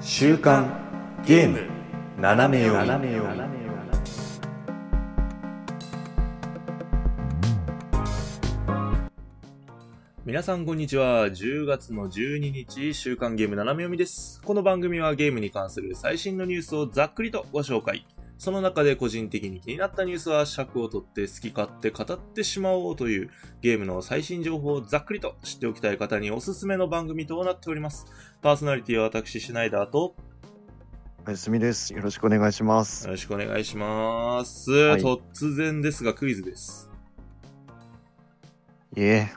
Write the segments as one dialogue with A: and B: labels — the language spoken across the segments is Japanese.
A: 週刊ゲーム斜め読み皆さんこんにちは10月の12日週刊ゲーム斜め読みですこの番組はゲームに関する最新のニュースをざっくりとご紹介その中で個人的に気になったニュースは尺を取って好き勝手語ってしまおうというゲームの最新情報をざっくりと知っておきたい方におすすめの番組となっておりますパーソナリティは私シュナイダーと
B: おやすみです。よろしくお願いします
A: よ。ろしくお願いします、
B: い
A: 突然ですがクイズです
B: いえ。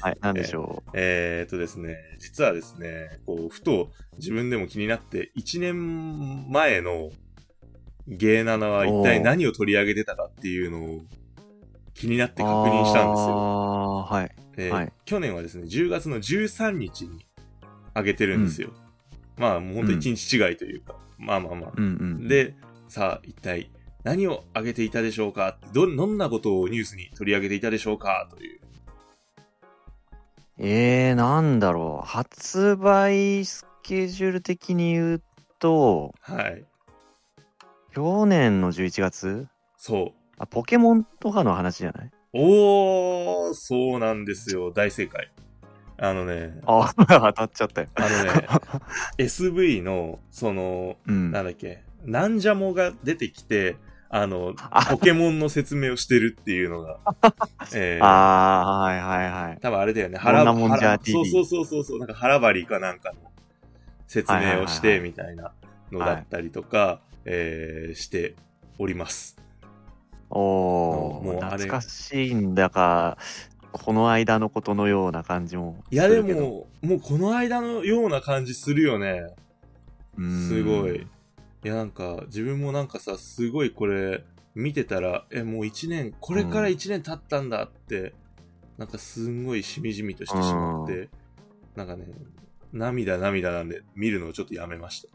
B: はい、なんでしょ
A: えー、っとですね、実はですね、こう、ふと自分でも気になって、1年前のゲーナナは一体何を取り上げてたかっていうのを気になっ
B: う。
A: て確認したんですよ。
B: あーはい。
A: で
B: はい
A: 去年はですね、10月の13日に上げてるんですよ。まあ、もうほんと1日違いというか、まあまあまあ。
B: うんうん。、
A: で、さあ、一体何を上げていたでしょうかど、どんなことをニュースに取り上げていたでしょうかという。
B: えー、なんだろう。発売スケジュール的に言うと、
A: はい。
B: 去年の11月
A: そう。
B: あ、ポケモンとかの話じゃない
A: おー、そうなんですよ。大正解。あのね、
B: あ、 当たっちゃったよ。
A: あの ね、SV の、その、
B: うん。
A: なんだっけ、なんじゃもが出てきて、あの、
B: あ
A: ポケモンの説明をしてるっていうの が、えー、
B: あー、はいはいはい。
A: 多分あれだよね、
B: こんなもんじゃ
A: 腹
B: TV
A: そうそうそうそうそう、なんか腹張りかなんかの説明をし
B: はいはいはい
A: て
B: は
A: みたいなのだったりとか、えーしております。
B: お
A: もう
B: ー、
A: あれ
B: 懐かしいんだか、この間のことのような感じも
A: いや、です
B: るけど、
A: も、もうこの間のような感じするよね。
B: うん
A: すごい。い。や、なんか、自分もなんかさ、すごいこれ、見てたら、え、もう一年、これから一年経ったんだって、なんかすんごいしみじみとしてしまって、なんかね、涙涙なんで、見るのをちょっとやめまし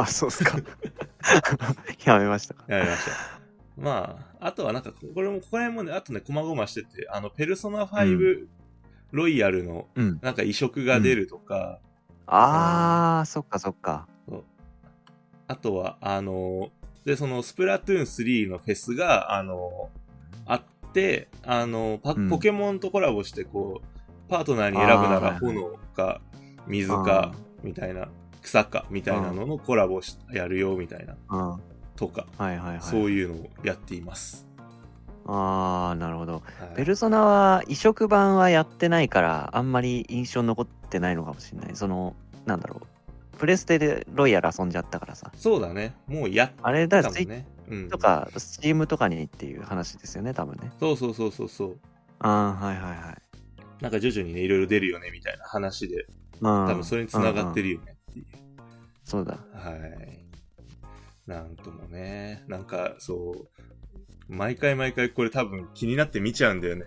B: あ、そうっすか。やめましたか。
A: やめま した。まあ、あとはなんか、これも、ここら辺もね、あとね、細々してて、あの、ペルソナ5、ロイヤルの、
B: うん。
A: なんか移植が出るとか、
B: あー、そっかそっか。
A: あとは、あの、で、その、スプラトゥーン3のフェスが、あの、あって、あの、パ
B: うん
A: ポケモンとコラボして、こう、パートナーに選ぶなら
B: あー
A: 炎か、水
B: あ
A: か
B: ー、
A: みたいな、草か、みたいなののコラボしやるよ、みたいな、
B: うん。はい
A: とか、
B: はいはい。
A: そういうのをやっています。
B: あー、なるほど。
A: はい
B: ペルソナは移植版はやってないから、あんまり印象に残ってないのかもしれない。その、なんだろう。プレステでロイヤル遊んじゃったからさ。
A: そうだね。もうやっ
B: あれだ
A: た
B: よ、
A: も
B: ツイ
A: ん
B: ッ
A: ね。うん
B: ターと。か、スチームとかにっていう話ですよね、多分ね。
A: そうそうそうそうそう。
B: あー、はいはいはい。
A: なんか徐々にね、いろいろ出るよね、みたいな話で、
B: うん、
A: 多分それに繋がって
B: る。
A: るよねっていう。
B: そうだ。
A: はい。なんともね、なんかそう、毎回毎回これ多分気になって見ちゃうんだよね。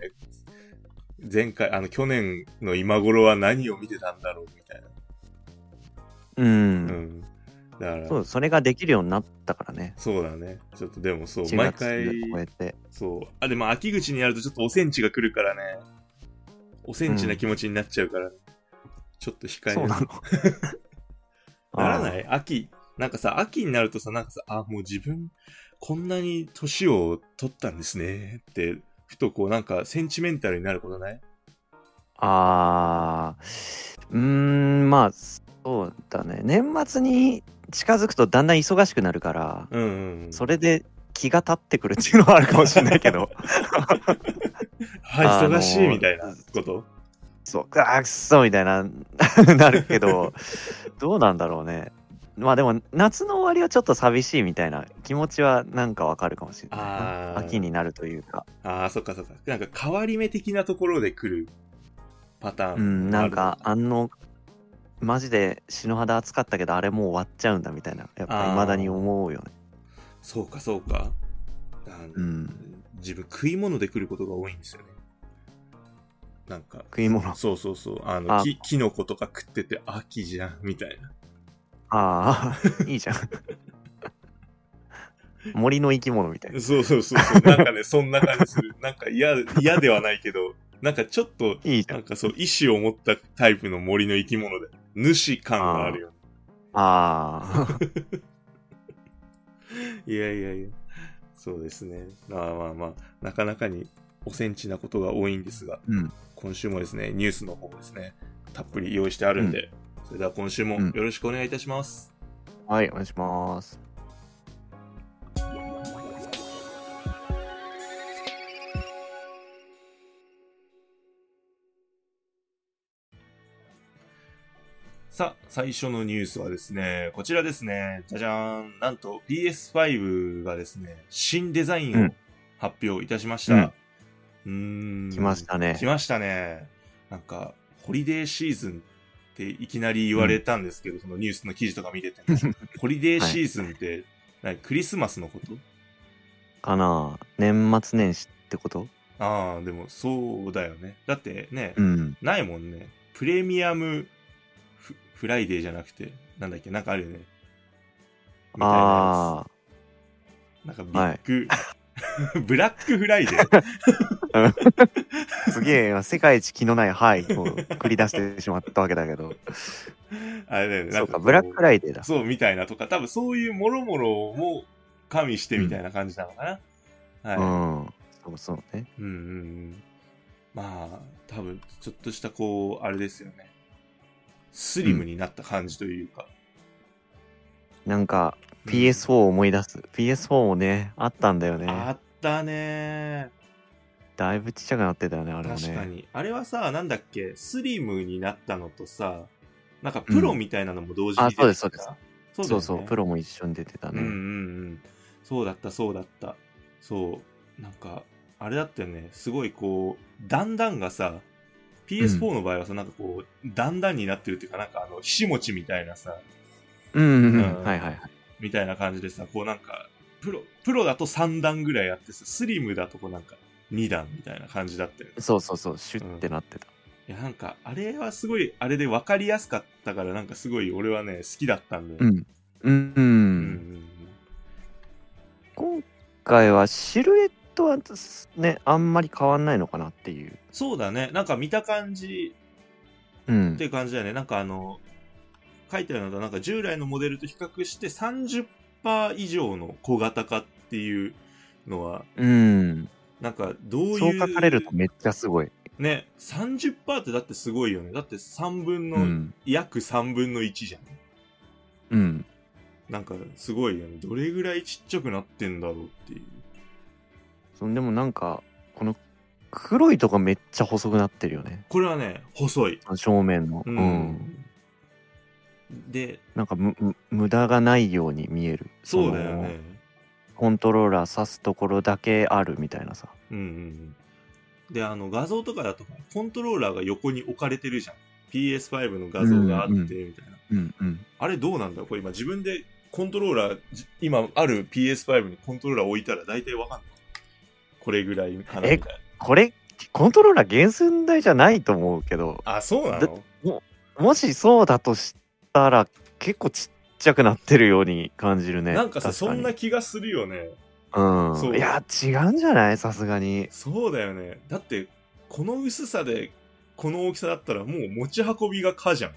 A: 前回、あの、去年の今頃は何を見てたんだろうみたいな。
B: うん。
A: うん。だから、
B: そう、それができるようになったからね。
A: そうだね。ちょっとでもそう、
B: 1
A: 毎
B: 月
A: 回、
B: 超えて。
A: そう。あ、でも秋口にやるとちょっとおセンチが来るからね。おセンチな気持ちになっちゃうから、ちょっと控え
B: そう
A: め
B: なの。
A: ならないい秋。なんかさ、秋になるとさ、なんかさ、あ、もう自分、こんなに年を取ったんですね。って、ふとこう、なんか、センチメンタルになることない
B: あーうーんまあそうだね年末に近づくとだんだん忙しくなるから、
A: うんうんうん。
B: それで気が立ってくるっていうのはあるかもしれないけ ど
A: は
B: あ
A: い、
B: のー
A: 忙しいみたいなこと
B: そうあーくっそみたいな なるけどどうなんだろうねまあでも夏の終わりはちょっと寂しいみたいな気持ちはなんかわかるかもしれない
A: あ
B: な
A: ー
B: 秋になるというか
A: ああ、そっかそっか。なんか、変わり目的なところで来るパターン。
B: うんなんか
A: あ
B: あのマジで篠肌暑かったけどあれもう終わっちゃうんだみたいなやっぱ未だに思うよね
A: るそうか、そうか。あの
B: うん
A: 自分、食い物で来ることが多いんですよね。なんか、
B: 食い物
A: そうそうそう。あの、
B: あ
A: き、キノコとか食ってて、秋じゃん、みたいな。
B: あ あ、い いじゃん。森の生き物みたいな。
A: そうそうそうそう。なんかね、そんな感じする。なんか嫌、嫌ではないけど、なんかちょっと、
B: いいじゃ。
A: なんんかそう、意志を持ったタイプの森の生き物で、主感があるよね。
B: ああ。
A: いやいやいや、そうですね。まあまあまあ、なかなかにおセンチなことが多いんですが、
B: うん。
A: 今週もですね、ニュースの方ですね、たっぷり用意してあるんで、それでは今週も
B: うん
A: よろしくお願いいたします。
B: はい、お願いします。
A: さあ、最初のニュースはですね、こちらですね、じゃじゃーん。なんと PS5 がですね、新デザイ
B: う
A: ンを
B: ん
A: 発表いたしました。うーん。
B: 来ましたね
A: 来。ましたね。なんか、ホリデーシーズンっていきなり言われたんですけど、そのニュースの記事とか見てても ホリデーシーズンって、何クリスマスのこと
B: かな年末年始ってこと
A: ああ、でもそうだよね。だってね、
B: うん。
A: ないもんね。プレミアムフフライデーじゃなくて、なんだっけ、なんかあるよね。みたいな
B: あ
A: やつ。なんかビッグ、 ブラックフライデー。
B: あ。すげえ、世界一気のない範囲を繰り出してしまったわけだけど。
A: あれだよね。な
B: そ
A: ん
B: うか、
A: こ
B: ブラックライデーだ。
A: そうみたいなとか、多分そういうもろもろも加味してみたいな感じなのかな。
B: う
A: はい。
B: ん。そうそうね。
A: うんうんうん。まあ、多分、ちょっとしたこう、あれですよね。スリムになった感じというか。
B: なんか、
A: うん
B: PS4 を思い出す。PS4 もね、あったんだよ
A: あ
B: ね。
A: ったね
B: だいぶちっちゃくなってたよね、あれもね。
A: 確かに。あれはさ、なんだっけ、スリムになったのとさ、なんかプロみたいなのも同時に
B: あ
A: 出てきた、
B: そうですそうです
A: そうだ
B: そ
A: よ
B: う
A: ね
B: そう、プロも一緒に出てた
A: うんうん
B: ね。
A: うん。そうだった、そうだった。そう。なんか、あれだったよね。すごいこう、だんだんがさ、PS4 の場合はさ、なんかこう、だんだんになってるっていうか、なんかあの、ひしもちみたいなさ、
B: うん、うん、う
A: うん
B: ん。はいはいはい。
A: みたいな感じでさ、こうなんか、プロ、プロだと3段ぐらいあってさ、スリムだとこうなんか2段みたいな感じだったよね。
B: そうそうそう、シュッてなってた。
A: いやなんか、あれはすごい、あれで分かりやすかったから、なんかすごい俺はね、好きだったんだ
B: う
A: よ。
B: ん。うん、う
A: うん
B: ん。今回はシルエットはね、あんまり変わんないのかなっていう。
A: そうだね。なんか見た感じ
B: う
A: っ
B: ん
A: て。いう感じだよね。なんかあの、書いてあるのが、なんか従来のモデルと比較して30%以上の小型化っていうのは、
B: うん。
A: なんかどう
B: そ
A: いうう。
B: 書かれるとめっちゃすごい。
A: ね、30%ってだってすごいよね。だって3分の、
B: うん。
A: 約3分の1じゃん。
B: うん。
A: なんかすごいよね。どれぐらいちっちゃくなってんだろうっていう。
B: そうでもなんか、この黒いとこめっちゃ細くなってるよね。
A: これはね、細い。
B: あの正面の。うん。
A: で、
B: なんかむむ無駄がないように見える。
A: そうだよ
B: その
A: ね。。
B: コントローラー刺すところだけあるみたいなさ。
A: うんうんうん。で、あの、画像とかだと、コントローラーが横に置かれてるじゃん。PS5 の画像があって、
B: うんう
A: み
B: ん
A: たいな。
B: うんうん。
A: あれどうなんだこれ今自分でコントローラー、じ今ある PS5 にコントローラー置いたら大体わかんない。これぐらいかなみたいな。
B: これ、コントローラー原寸大じゃないと思うけど、
A: あ、そうな
B: だ
A: の
B: もしそうだとしたら、結構ちっちゃくなってるように感じるね。
A: なんかさ、
B: 確
A: そんな
B: に
A: 気がするよね。そう
B: うん。いや、違うんじゃないさすがに。
A: そうだよね。だって、この薄さで、この大きさだったらもう持ち運びが可じゃん。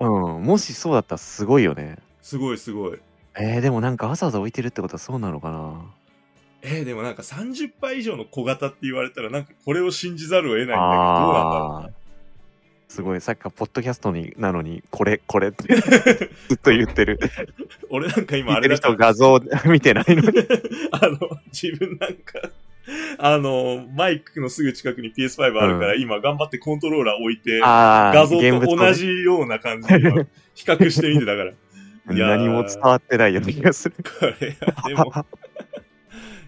B: うん。もしそうだったらすごいよね。
A: すごいすごい。
B: えー、でもなんかわざわざ置いてるってことはそうなのかな。
A: えー、でもなんか30杯以上の小型って言われたらなんかこれを信じざるを得ないんだけど、どうなんだろ
B: ああー。すごい、さっきからポッドキャストになのに、これ、 これ って、ずっと言ってる。
A: う俺なんか今
B: 見
A: あ
B: て
A: れ
B: る
A: だか
B: 人
A: ら、
B: 画像見て ないのに。
A: あの、自分なんか、あの、マイクのすぐ近くに PS5 あるから、今頑張ってコントローラー置いて、
B: ああ、
A: 画像
B: 現物
A: と
B: ね
A: 同じような感じで今比較してみてだから。いや ー
B: 何も伝わってないような気がする。
A: これは でも、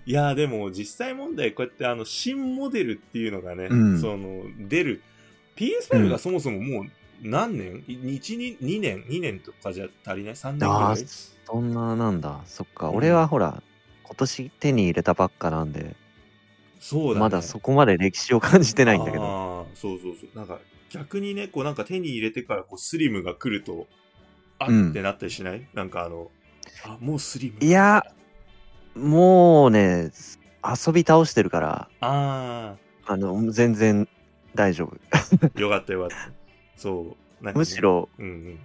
A: いやーでも実際問題こうやってあの新モデルっていうのがね、
B: うん
A: その出る PS5
B: う
A: が
B: ん
A: そもそももう何年、1 2年2年とかじゃ足りない3年ぐ
B: あ
A: ら
B: あ
A: い
B: そんななんだそっか、
A: うん
B: 俺はほら今年手に入れたばっかなんで
A: そうだ、ね、
B: まだそこまで歴史を感じてないんだけど
A: あーそうそうそうなんか逆にねこうなんか手に入れてからこうスリムが来るとあ
B: うん
A: ってなったりしない、なんかあのあもうスリム
B: いやもうね遊び倒してるから
A: ああ
B: あの全然大丈夫。
A: よかったよかった。そう。なんかね
B: むし。ろ、
A: うんうん。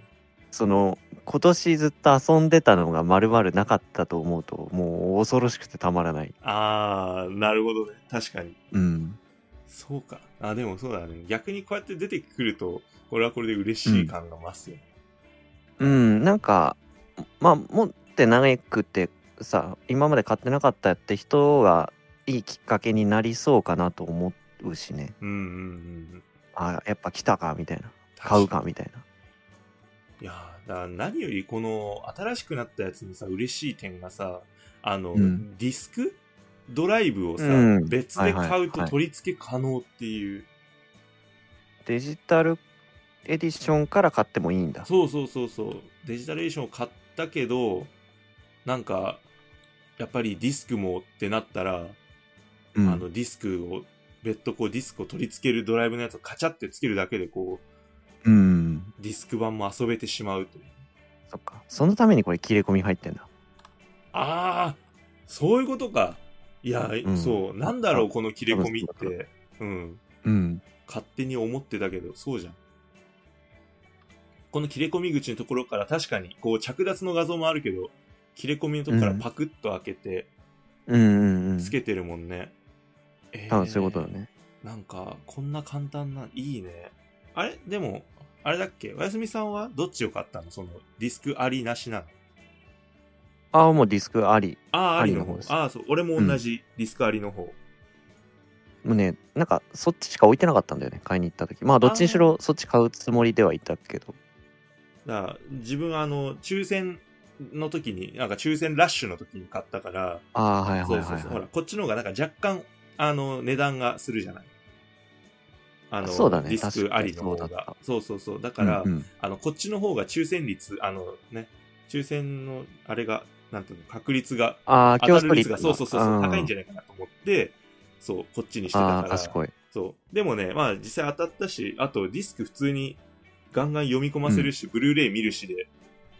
B: その、今年ずっと遊んでたのが丸々なかったと思うと、もう恐ろしくてたまらない。
A: あー、なるほどね。確かに。
B: うん。
A: そうか。あ、でもそうだね。逆にこうやって出てくると、これはこれで嬉しい感が増すよ。
B: うん、なんか、まあ、持って長くてさ、今まで買ってなかったって人が、いいきっかけになりそうかなと思うしね。
A: うん、うん、うん。
B: あ、やっぱ来たか、みたいな。買うか、みたいな。
A: いやーだから何よりこの新しくなったやつのさ嬉しい点がさあの、
B: うん
A: ディスクドライブをさ、
B: うん
A: 別で
B: はい
A: 買
B: は
A: う
B: い
A: と
B: はい
A: 取り付け可能っていう、
B: デジタルエディションから買ってもいいんだ。
A: そうそうそうそうデジタルエーションを買ったけどなんかやっぱりディスクもってなったら、
B: うん
A: あのディスクを別途こうディスクを取り付けるドライブのやつをカチャってつけるだけでこ
B: うん。
A: うディスク版も遊べてしまうという
B: そっか。そのためにこれ切れ込み入ってんだ。
A: ああ、そういうことか。いや、
B: ん
A: そう、なんだろう、この切れ込みっ
B: 多分
A: て。うん。
B: うん。
A: 勝手に思ってたけど、そうじゃん。この切れ込み口のところから確かに、こう、着脱の画像もあるけど、切れ込みのところから
B: うん
A: パクッと開けて、
B: うんうんうん。
A: つけてるもんね。えー
B: 多分そういうことだね。
A: なんか、こんな簡単な、いいね。あれでも、あれだっけおやすみさんはどっちを買ったのその、ディスクありなしなの
B: ああ、もうディスクあり。
A: ああ、ありの
B: ありの
A: 方
B: 方で。す
A: ああ、そう。俺も同じ、ディスクありの方。
B: もうね、なんかそっちしか置いてなかったんだよね。買いに行った時。まあどっちにしろそっち買うつもりではいたけど。
A: だから自分はあの抽選の時になんか抽選ラッシュの時に買ったから、
B: ああ、はいはい
A: そう
B: は
A: そう
B: い、
A: そうほ
B: は
A: らこっちの方がなんか若干あの値段がするじゃないあの
B: そうだね
A: ディスクありの方
B: 確かにそうだっ
A: がそうそうそうだ
B: い。
A: から、
B: うんうん
A: あのこっちの方が抽選率あのね抽選のあれがなんていうの確率が
B: ああ、
A: 当
B: 競
A: た
B: 争
A: る
B: 率
A: 率がそうそうそうそう、高いんじ
B: ゃ
A: ゃないかなと思ってそうこっちにしてた
B: あ
A: か
B: あー、
A: ら
B: 賢い。
A: そう。でもね、まあ実際当たったし、あとディスク普通にガンガン読み込ませるし、ブルーレイ見るしで、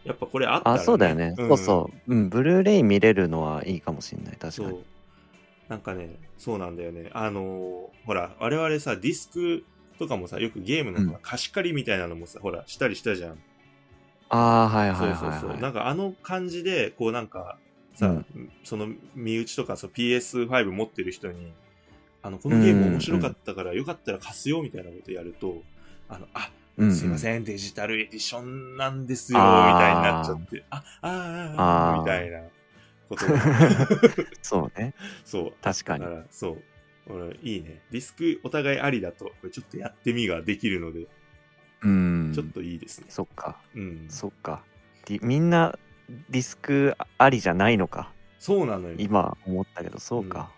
A: やっぱこれあったら、
B: あそうだよね。そう
A: う
B: そう。うん、ブルーレイ見れるのはいいかもしんない。
A: ん。
B: 確
A: そ
B: か
A: う
B: に。。
A: なんかね、そうなんだよね。あのーほら、我々さ、ディスクとかもさ、よくゲームのほら貸し借りみたいなのもさ、ほら、したりしたじゃん。
B: ああ、はいは
A: そ
B: いうはい
A: そう
B: はい。
A: そう。なんかあの感じで、こうなんか、さ、その身内とかそう PS5 持ってる人に、あの、このゲーム面白かったから、よかったら貸すよみたいなことやると、あの、あ、
B: うんうん
A: すいません、デジタルエディションなんですよ、み
B: あー
A: たいになっちゃって、あ、あーあ
B: あ
A: ー、
B: ー
A: みたいなことが
B: そうね。
A: そう。
B: 確かに
A: だから、そう。俺、いいね。ディスクお互いありだと、これちょっとやってみができるので、
B: うん。
A: ちょっといいですね。
B: そっか。
A: うん。
B: そっか。ディみんなディスクありじゃないのか。
A: そうなのよ。
B: 今思ったけど、そうか。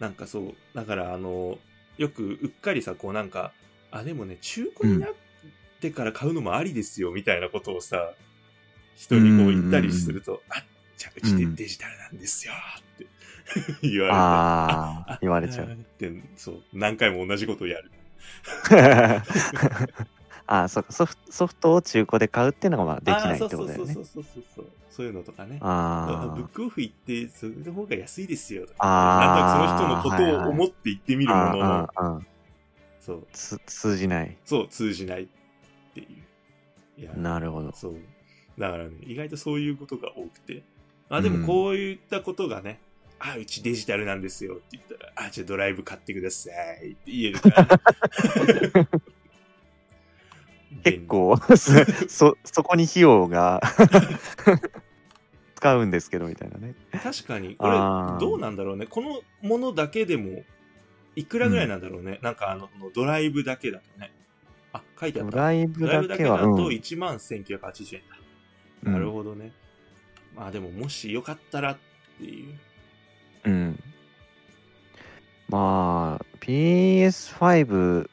A: なんかそう、だからあの、よくうっかりさ、こうなんか、あ、でもね、中古になってから買うのもありですよ、みたいなことをさ、人にこう言ったりすると、あ、じゃあうちでデジタルなんですよ、って 言われて。
B: ああ、言われちゃ
A: あ
B: う。
A: ーって、そう、何回も同じことをやる。
B: ああ、そうか。ソフトソフトを中古で買うっていうのがまあできないってことだよ
A: あー
B: ね
A: そう。そうそうそうそうそう。そういうのとかね。あ
B: あ
A: ブックオフ行って、それの方が安いですよ、とか。なん
B: あ
A: となくその人のことを思
B: っ
A: って言ってみ
B: て
A: るものの、
B: の
A: そう、
B: 通じない。
A: そう、通じないっていう。いや
B: なるほど。
A: そう。だからね、意外とそういうことが多くて。まあでもこういったことがね、あ、うちデジタルなんですよって言ったら、あ、じゃあドライブ買ってくださいって言え る から。
B: 結構、 そそそこに費用が 使うんですけどみたいなね。
A: 便利。確かに、これ
B: あー
A: どうなんだろうね。このものだけでも、いくらぐらいなんだろうね。なんかあの、このドライブだけだとね。あ、書いてあっ
B: ド
A: た。
B: ライブ
A: ドライ
B: だ
A: ブだけ
B: け
A: だ
B: は、
A: と
B: うん
A: 1万1980円だ。
B: うん
A: なるほどね。まあでも、もしよかったらっていう。
B: うん。まあ、PS5、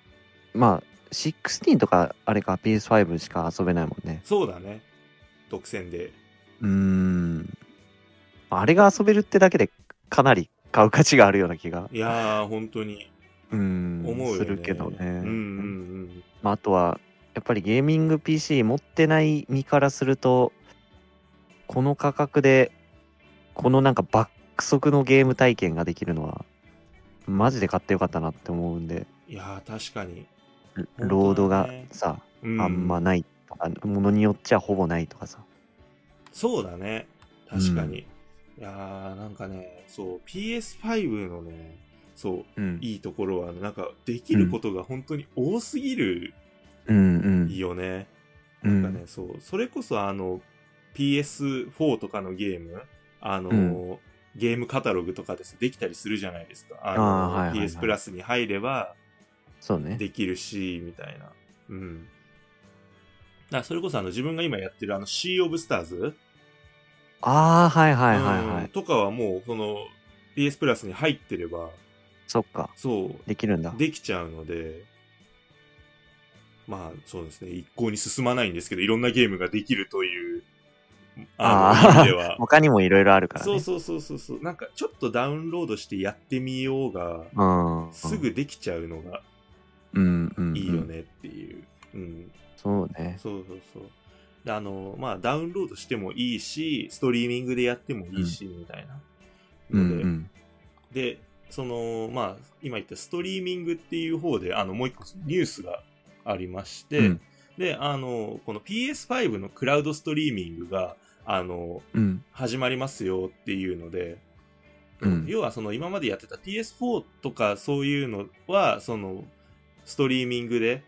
B: まあ、16とか、あれか、PS5 しか遊べないもんね。
A: そうだね。独占で。
B: うーん。あれが遊べるってだけで、かなり買う価値があるような気が、
A: いやー、本当に
B: うーん、
A: 思うよ、ね。
B: するけどね。
A: うんうん
B: まあ、あとは、やっぱりゲーミング PC 持ってない身からすると、この価格で、このなんか爆速のゲーム体験ができるのは、マジで買ってよかったなって思うんで。
A: うん。いやー確かに、当だね
B: ロードがさ、
A: う
B: あんまないとか、ものによっちゃほぼないとかさ。
A: そうだね確かに、いやーなんかねそう PS5 のねそう
B: うん。
A: いいところは、なんかできることが本当に多すぎる
B: うん
A: よね、
B: う
A: なんか
B: ん。
A: ねそうそれこそあの PS4 とかのゲームあの、
B: うん
A: ゲームカタログとかでさできたりするじゃないですかあの
B: あーはいはいはい
A: PS プラスに入れば
B: そうね。
A: できるしみたいなうんだからそれこそあの自分が今やってるあのシー・オブ・スターズ
B: ああ、はいはいはいは
A: うん
B: い。
A: とかはもうその PS プラスに入ってれば
B: そっか。
A: そう
B: できるんだ。
A: できちゃうので、まあそうですね、一向に進まないんですけど、いろんなゲームができるという、あの
B: あー。
A: 意味では
B: 他にもいろいろあるから
A: そう
B: ね。
A: そうそうそうそう、なんかちょっとダウンロードしてやってみようが、
B: うん。
A: すぐできちゃうのが
B: うんうん。
A: いいよ。ねっていう。うん、
B: そうね。
A: そうそうそう。であの、まあダウンロードしてもいいし、ストリーミングでやってもいいし、みたいな。
B: うん
A: ので
B: うん。
A: で、その、まあ、今言ったストリーミングっていう方で、あの、もう一個ニュースがありまして、
B: うん
A: で、あの、この PS5 のクラウドストリーミングが、あの、
B: うん。
A: 始まりますよっていうので、
B: うん。
A: 要はその今までやってた PS4 とかそういうのは、その、ストリーミングで、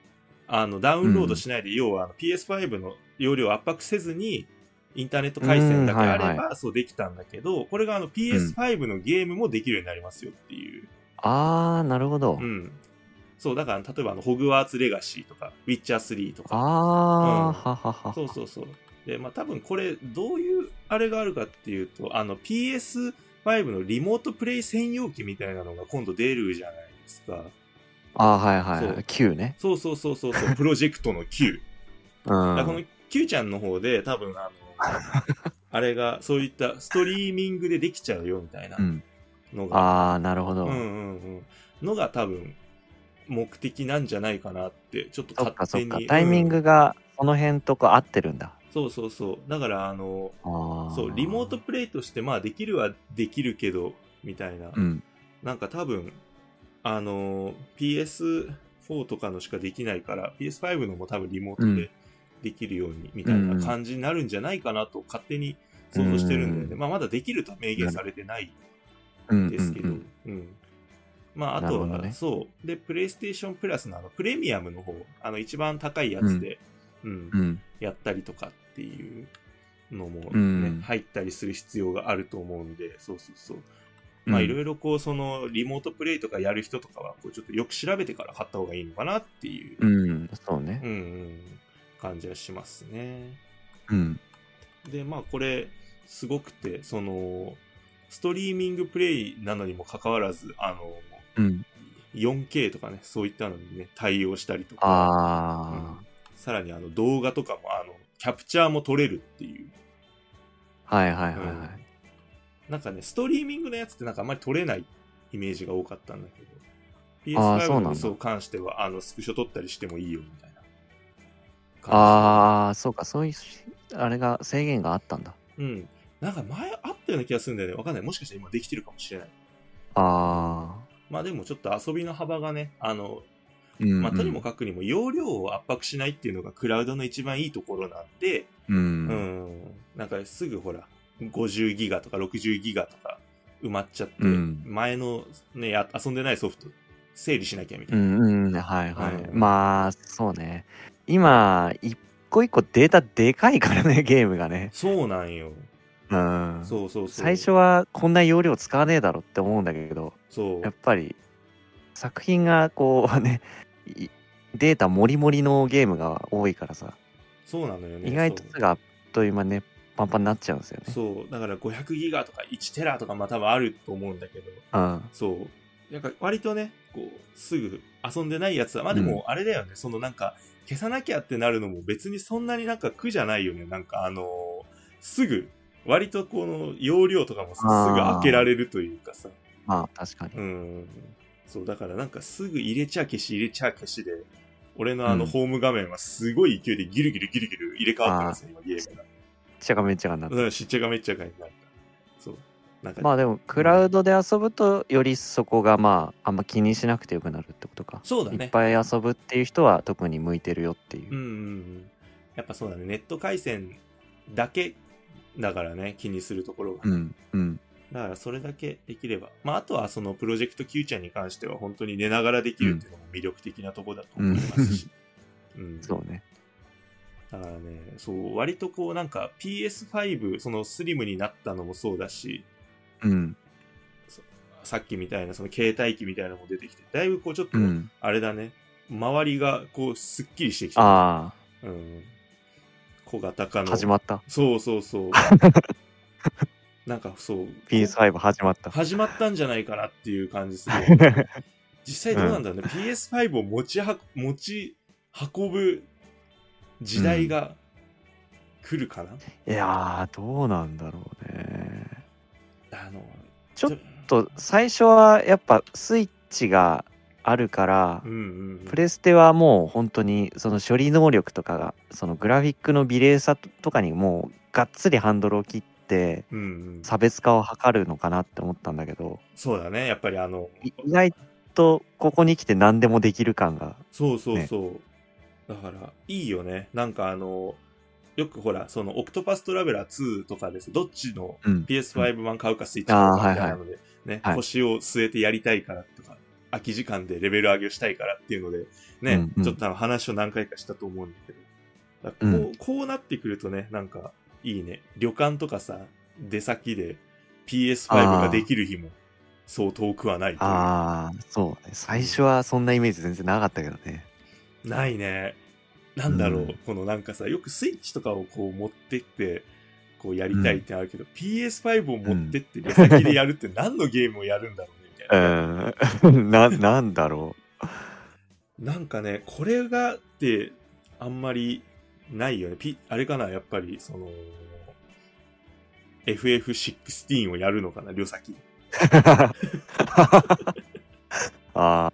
A: あの、ダウンロードしないで、要はあの PS5 の容量を圧迫せずに、インターネット回線だけあれば、
B: うんはい
A: そうできたんだけど、これがあの PS5 のゲームもできるようになりますよっていう。
B: ああ、なるほど
A: う。ん。そう、だから、例えば、あの、ホグワーツレガシーとか、ウィッチャー3と
B: あ
A: か。
B: あ、
A: うん
B: ははは。
A: そうそうそう。で、まあ、多分これ、どういうあれがあるかっていうと、あの、PS5 のリモートプレイ専用機みたいなのが今度出るじゃないですか。
B: ああ、はい
A: そ
B: は
A: う
B: い。Q ね。
A: そうそうそうそう そう、プロジェクトの Q。
B: う
A: だからこの
B: ん。
A: Q ちゃんの方で、多分あの、あれが、そういったストリーミングでできちゃうよみたいな
B: うん。
A: のが、
B: ああ、なるほど
A: うん。うんうん、のが多分、目的なんじゃないかなって、ちょっと
B: そっ
A: 勝
B: かそ
A: 手
B: っ
A: に。
B: か。タイミン
A: うん
B: グが、この辺とか合ってるんだ。
A: そうそうそう。だから、あの、
B: ああ。
A: そう、リモートプレイとして、まあ、できるはできるけど、みたいな。
B: うん。
A: なんか多分、あの、PS4 とかのしかできないから、PS5 のも多分リモート
B: う
A: で
B: ん
A: できるように、みたいな感じになるんじゃないかなと、勝手に想像してるんだよね。
B: うん
A: まあ、まだできると明言されてない
B: うん。
A: ん
B: うん
A: で
B: う
A: すけど、うん
B: ん
A: まあ、あ
B: なる
A: と
B: ほ
A: は、
B: どね
A: そう。で、プレイステーションプラスのあの、プレミアムの方、あの、一番高いやつで、うん
B: うん。
A: やったりとかっていうのもね、
B: うん
A: 入ったりする必要があると思うんで、そうそうそう。まあいろいろこう、そのリモートプレイとかやる人とかは、こうちょっとよく調べてから買った方がいいのかなっていう、
B: うんうん、そう
A: う
B: ね。
A: んうん感じはしますね。
B: うん。
A: で、まあこれ、すごくて、その、ストリーミングプレイなのにもかかわらず、あの、
B: うん。
A: 4K とかね、そういったのにね、対応したりとか、
B: あ
A: さらにあの動画とかも、あの、キャプチャーも撮れるっていう。
B: あ、はいはいはいはい。
A: なんかね、ストリーミングのやつってなんかあんまり撮れないイメージが多かったんだけど、
B: あーそうな
A: PS5
B: ん
A: の
B: だ
A: そう関しては、あの、スクショ撮ったりしてもいいよみたいな。あ。
B: ああ、そうか、そういうし、あれが、制限があったんだ。
A: うん。なんか前あったような気がするんだよね。わかんない。もしかしたら今できてるかもしれない。
B: ああ。
A: まあでもちょっと遊びの幅がね、あの、
B: うん
A: まあとにもかくにも容量を圧迫しないっていうのがクラウドの一番いいところなんで、
B: う。う
A: うん
B: ん
A: ん、なんかすぐほら、50ギガとか60ギガとか埋まっちゃって、
B: うん
A: 前のね、や遊んでないソフト整理しなきゃみた
B: う
A: いな。
B: んうん、はいはい。
A: うん
B: まあ、そうね。今、一個一個データでかいからね、 ゲームがね。
A: そうなんよ。
B: うん。
A: そうそうそう。
B: 最初はこんな容量使わねえだろって思うんだけど、
A: そう
B: やっ。ぱり、作品がこうね、いデータもりもりのゲームが多いからさ、
A: そうなのよね。
B: 意外とすぐあっという間ね、パンパンになっちゃうんですよね。
A: そう。そう。だから500ギガとか1テラとかまあ多分あると思うんだけど、
B: うん。
A: そう。なんか割とね、こう、すぐ遊んでないやつは、まあでもあれだよね、そのなんか、消さなきゃってなるのも別にそんなになんか苦じゃないよね。なんかあのーすぐ、割とこの容量とかもさ
B: あー
A: すぐ開けられるというかさ。
B: まあ、確かに。
A: うん。そう、だからなんかすぐ入れちゃ消し入れちゃ消しで、俺のあの
B: うん
A: ホーム画面はすごい勢いでギルギルギルギル入れ替わってますね、今ゲーム
B: め
A: が。
B: っちゃがめっちゃがになって
A: うん、しっちゃかめっちゃかになるから。そう。なんか、
B: まあでもクラウドで遊ぶとよりそこがまああんま気にしなくてよくなるってことか、
A: そうだ
B: い
A: ね
B: っぱい遊ぶっていう人は特に向いてるよっていうう、
A: んうんうんやっぱそうだねネット回線だけだからね気にするところが、
B: うん、うん
A: だからそれだけできればまああとはそのプロジェクト Q ちゃんに関しては本当に寝ながらできるっていうのも魅力的なとこだと思いますし、 うん
B: そうね
A: だからねそう割とこうなんか PS5 そのスリムになったのもそうだし
B: うん
A: さっきみたいなその携帯機みたいなのも出てきてだいぶこうちょっと
B: うん
A: あれだね、周りがこうすっきりしてきた、
B: あ
A: うん、小型化
B: あ
A: の
B: 始まった
A: そうそ うそうなんかそう
B: PS5 始まった
A: 始まったんじゃないかなっていう感じする よね実際どうなんだろうね、PS5 を持ちは持ち運ぶ時代が来るかな、
B: いやーどうなんだろうね
A: あの
B: ちょっと最初はやっぱスイッチがあるから
A: うんうんうん
B: プレステはもう本当にその処理能力とかがそのグラフィックの美麗さとかにもうがっつりハンドルを切って
A: うんうん、
B: 差別化を図るのかなって思ったんだけど
A: そうだねやっぱりあの
B: い意外とここに来て何でもできる感が
A: そうそうそう、だからいいよねなんかあのよくほらそのオクトパストラベラー2とかですどっちの
B: うん
A: PS5 版買うかスイッチ
B: あー
A: 買うかみたいなので、ね
B: はい
A: 腰を据えてやりたいからとか、空き時間でレベル上げをしたいからっていうので、ね、
B: うんうん
A: ちょっとあの話を何回かしたと思うんだけど、だからこう,、こうなってくるとね、なんかいいね、旅館とかさ、出先で PS5 ができる日もそう遠くはないという
B: ああそうね最初はそんなイメージ全然なかったけどね
A: ないね。なんだろう、
B: うん
A: このなんかさ、よくスイッチとかをこう持ってって、こうやりたいってあるけど、PS5 を持ってって出先でやるって何のゲームをやるんだろうね、みたいな
B: う。ん ななんだろ
A: なんかね、これがってあんまりないよね。ピあれかな、やっぱり、その、FF16 をやるのかな、両先。
B: うあ あ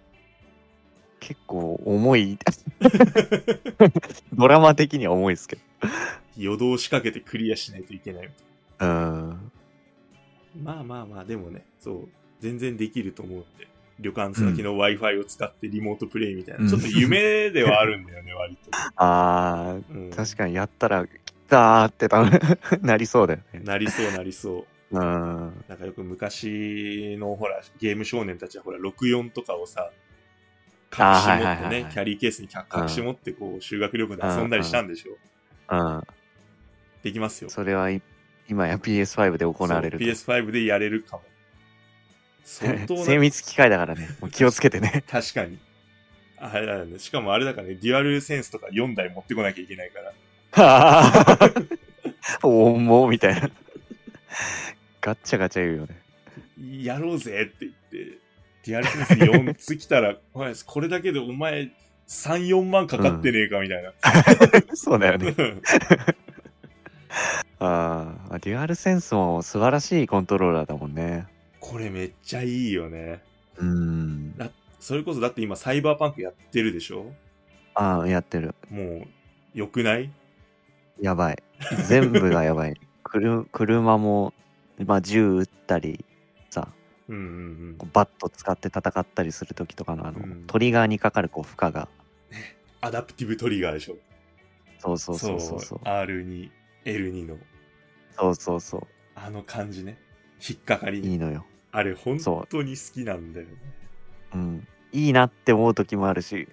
B: 結構重い ドラマ的には重いですけど
A: 夜通しかけてクリアしないといけない。
B: うん
A: まあまあまあ、でもね、そう、全然できると思うんで、旅館先の Wi-Fi を使ってリモートプレイみたいな、
B: うん
A: ちょっと夢ではあるんだよね、割 と。
B: ああ
A: うん、
B: 確かにやったら来たーって多分 なりそうだよね
A: なりそうなりそう。
B: うん
A: なんかよく昔のほらゲーム少年たちはほら64とかをさ隠し持ってね、
B: あーはいはいはいはい
A: キャリーケースに隠し持ってこう修学旅行で遊んだりしたんでしょ
B: うん
A: できますよ
B: それはい今や PS5 で行われると
A: そう PS5 でやれるかも相 当
B: 精
A: な
B: 密機械だ からねもう気をつけてね
A: 確かにあれだよねしかもあれだからねデュアルセンスとか4台持ってこなきゃいけないから
B: おもみたいなガッチャガチャ言うよね
A: やろうぜって言ってデュアルセンス4つ来たらおいこれだけでお前34万かかってねえかみたいな、
B: そうだよ ねあーデュアルセンスも素晴らしいコントローラーだもんね
A: これめっちゃいいよね
B: うん
A: だそれこそだって今サイバーパンクやってるでしょ
B: ああやってる
A: もうよくない
B: やばい全部がやばい くる車も、まあ、銃撃ったりさ
A: うんうんう
B: こ
A: ん
B: うバット使って戦ったりする時とかのあの、
A: うん
B: トリガーにかかるこう負荷が
A: アダプティブトリガーでしょ
B: そうそうそうそうそう
A: R2L2 の
B: そうそうそ
A: あの感じね引っかかり
B: うい
A: に
B: いのよ、
A: あれ本
B: そ
A: 当に好きなんだよね
B: うん、いいなって思う時もあるし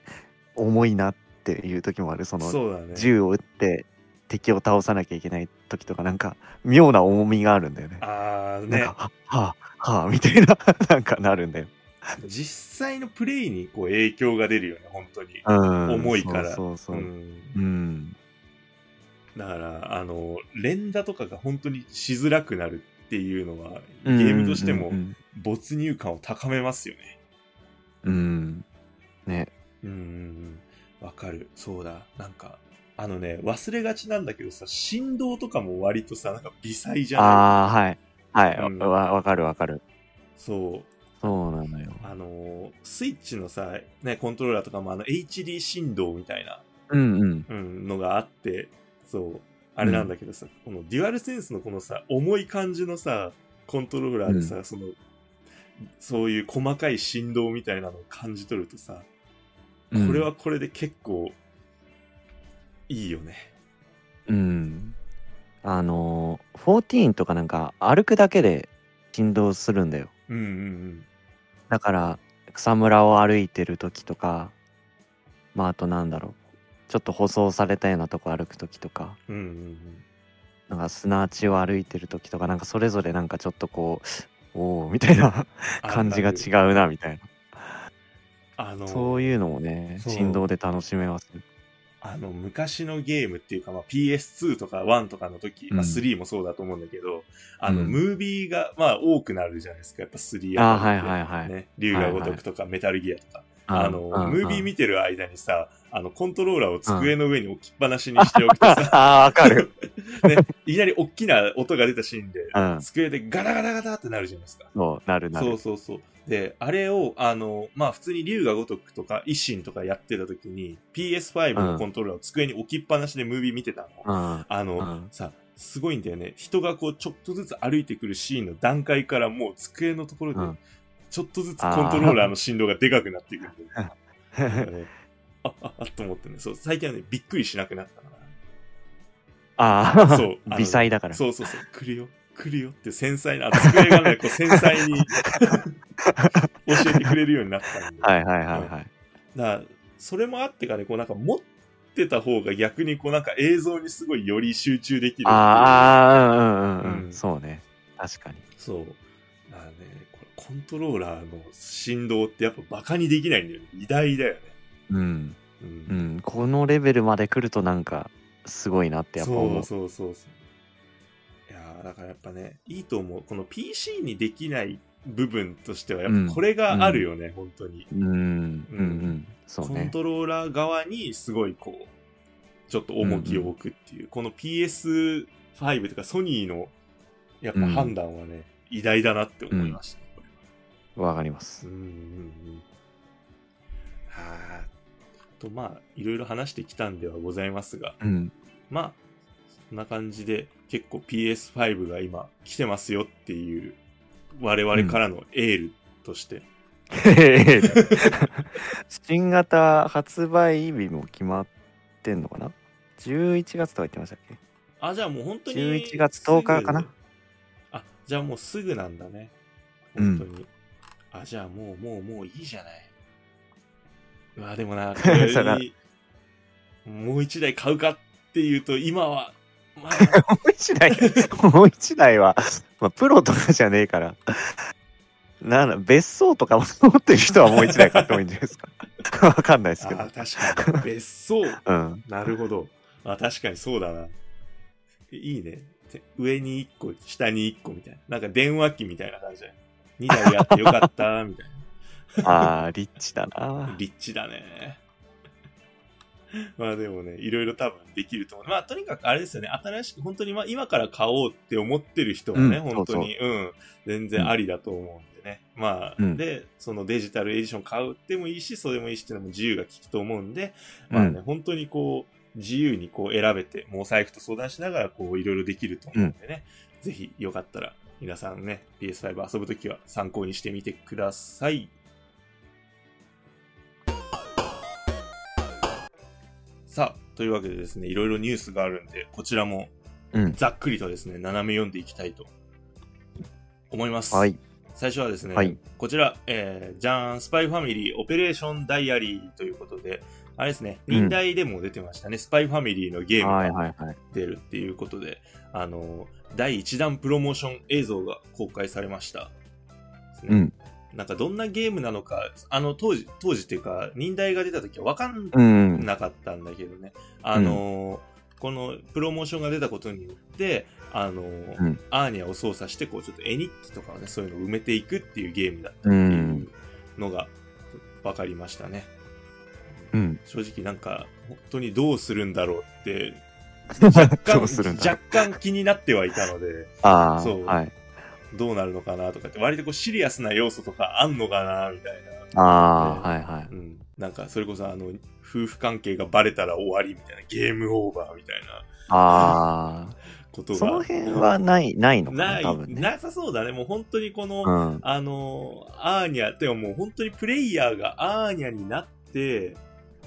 B: 重いなっていう時もあるその
A: そうだね
B: 銃を撃って敵を倒さなきゃいけない時とかなんか妙な重みがあるんだよね
A: ああ
B: なん
A: ね
B: かはあはあみたいな なんかなるんだよ、
A: 実際のプレイにこう影響が出るよね本当に
B: うん、
A: 重いから
B: そうそうそう、うん
A: ん
B: うん
A: だからあの連打とかが本当にしづらくなるっていうのはゲームとしても
B: うん
A: 没入感を高めますよね
B: うんうんね
A: うんうんうんわかるそうだなんかあのね忘れがちなんだけどさ振動とかも割とさなんか微細じゃない
B: ああはいはい、
A: うん
B: わわかるわかる
A: そう
B: そうなのよ
A: あのースイッチのさ、ね、コントローラーとかもあの HD 振動みたいな、
B: うんうん
A: うん、のがあってそうあれなんだけどさ、このデュアルセンスのこのさ重い感じのさコントローラーでさ、そのそういう細かい振動みたいなのを感じ取るとさこれはこれで結構いいよね、
B: うん。あのー、14とかなんか歩くだけで振動するんだよ。
A: うん、うん
B: だから草むらを歩いてる時とか、まああとなんだろう。ちょっと舗装されたようなとこ歩く時とか、
A: うんうんうん
B: なんか砂地を歩いてる時とか、なんかそれぞれなんかちょっとこう、おおみたいな
A: あ
B: 感じが
A: なる
B: 違うなみたい
A: あの
B: な。そういうのもね、
A: そう
B: 振動で楽しめます。
A: あの昔のゲームっていうか、まあ、PS2 とか1とかの時、ま
B: う
A: あ、
B: ん
A: 3もそうだと思うんだけど、あ
B: う
A: の
B: ん
A: ムービーが、まあ、多くなるじゃないですかやっぱ3
B: あ
A: あ
B: ーはいはいはい
A: ね、竜が如くとか、メタルギアとかあの
B: うん
A: ムービー
B: うん
A: 見てる間にさあのコントローラーを机の上に置きっぱなしにしておくとさ、
B: あー、 わ かる。
A: ね、いきなり大きな音が出たシーンで
B: うん。
A: 机でガタガタガタってなるじゃないですか
B: そう、なるな
A: そう
B: る。
A: そうそう。で、あれを、あの、まあ普通に竜が如くとか維新とかやってた時に PS5 のコントローラーを机に置きっぱなしでムービー見てたの。
B: うん。
A: あの、
B: うん
A: さ、すごいんだよね。人がこうちょっとずつ歩いてくるシーンの段階からもう机のところで
B: うん
A: ちょっとずつコントローラーの振動がでかくなっていくる んだよね、なんかねあ、あ、あ、と思ってね。そう、最近はね、びっくりしなくなったか
B: あ
A: ら。
B: あ、
A: そう。あの
B: 微細だから。
A: そうそうそう。来るよ。来るよって繊細な、あ机がね、こう繊 細に教えてくれるようになったんで。
B: はいはいはいはい。
A: だからそれもあってかね、こうなんか持ってた方が逆にこうなんか映像にすごいより集中できるっていう。
B: ああ、うんうんうん、
A: う
B: うんん、そうね。確かに。
A: そう。だからね、これコントローラーの振動ってやっぱバカにできないんだよね。偉大だよね。
B: うん、
A: う。
B: うんん、このレベルまで来るとなんかすごいなってやっぱ
A: そ
B: 思
A: う
B: う。
A: そうそうそう。いやーだからやっぱね、いいと思う。この PC にできない部分としては、やっぱこれがあるよね、本当に。
B: うん、うん、うん、そう
A: コ
B: ね
A: ン。トローラー側にすごいこうちょっと重きを置くっていう、この PS5 とかソニーのやっぱ判断はね、偉大だなって思いました、こ
B: わかりま
A: れ
B: す
A: は。うんうんうんはあとまあいろいろ話してきたんではございますが
B: うん、
A: まあそんな感じで結構 PS5 が今来てますよっていう我々からのエールとして、
B: 新型発売日も決まってんのかな ?11 月とか言ってましたっけ
A: あじゃあもう本当に
B: 11月10日かな
A: すぐあじゃあもうすぐなんだね。
B: うん
A: 本当に。あ、じゃあもうもうもういいじゃない。うわ、でもな、これ
B: そら
A: もう一台買うかっていうと、今は、 まあ、
B: もう一台、もう一台は、まあ、プロとかじゃねえから。なんだ別荘とか持ってる人はもう一台買ってもいいんじゃないですか。わかんないですけど。
A: あ確かに、別荘。
B: うん。
A: なるほ ど。あ、確かにそうだな。いいね。て上に1個、下に1個みたいな。なんか電話機みたいな感じだね。2台やってよかった、みたいな。
B: ああ、リッチだな。
A: 立地だね。 まあでもね、いろいろ多分できると思う。まあとにかくあれですよね、新しく本当にまあ今から買おうって思ってる人はね、
B: うん
A: 本当にうん、全然ありだと思うんでね。まあ、
B: うん
A: で、そのデジタルエディション買うでもいいし、それでもいいしっていうのも自由が利くと思うんで、まあね、
B: う
A: 本当にこう、自由にこう選べて、もうお財布と相談しながらこういろいろできると思うんでね、ぜひよかったら皆さんね、PS5 遊ぶときは参考にしてみてください。さあ、というわけでですね、いろいろニュースがあるんで、こちらも
B: うん。
A: ざっくりとですね、斜め読んでいきたいと思います。
B: はい。
A: 最初はですね、
B: はい
A: こちら、えー、じゃーん、スパイファミリーオペレーションダイアリーということで、あれですね、
B: うん
A: 臨大でも出てましたね、スパイファミリーのゲーム
B: はい
A: が
B: はいはい。
A: 出るっていうことで、あの、第1弾プロモーション映像が公開されました。ですね
B: うん
A: なんかどんなゲームなのか、あの当時、当時っていうか、忍大が出た時はわかん
B: うん。
A: なかったんだけどね、あのーこのプロモーションが出たことによって、あのー
B: うん
A: アーニャを操作してこうちょっと絵日記とかをねそういうのを埋めていくっていうゲームだった
B: う。
A: っていうんのが分かりましたね、
B: うん。
A: 正直なんか本当にどうするんだろうって
B: 若
A: 若
B: どうするんだ
A: 干若干気になってはいたので
B: ああ、
A: そう
B: はい。
A: どうなるのかなとかって割とこうシリアスな要素とかあんのかなみたいな
B: ああ、はいはい。
A: うん、なんかそれこそあの夫婦関係がバレたら終わりみたいなゲームオーバーみたいな
B: ああ、
A: ことが。
B: その辺はない、ないのか
A: な
B: な、
A: い、
B: 多分ね。
A: なさそうだね。もう本当にこの、
B: うん。
A: あの、アーニャ、てかもう本当にプレイヤーがアーニャになって、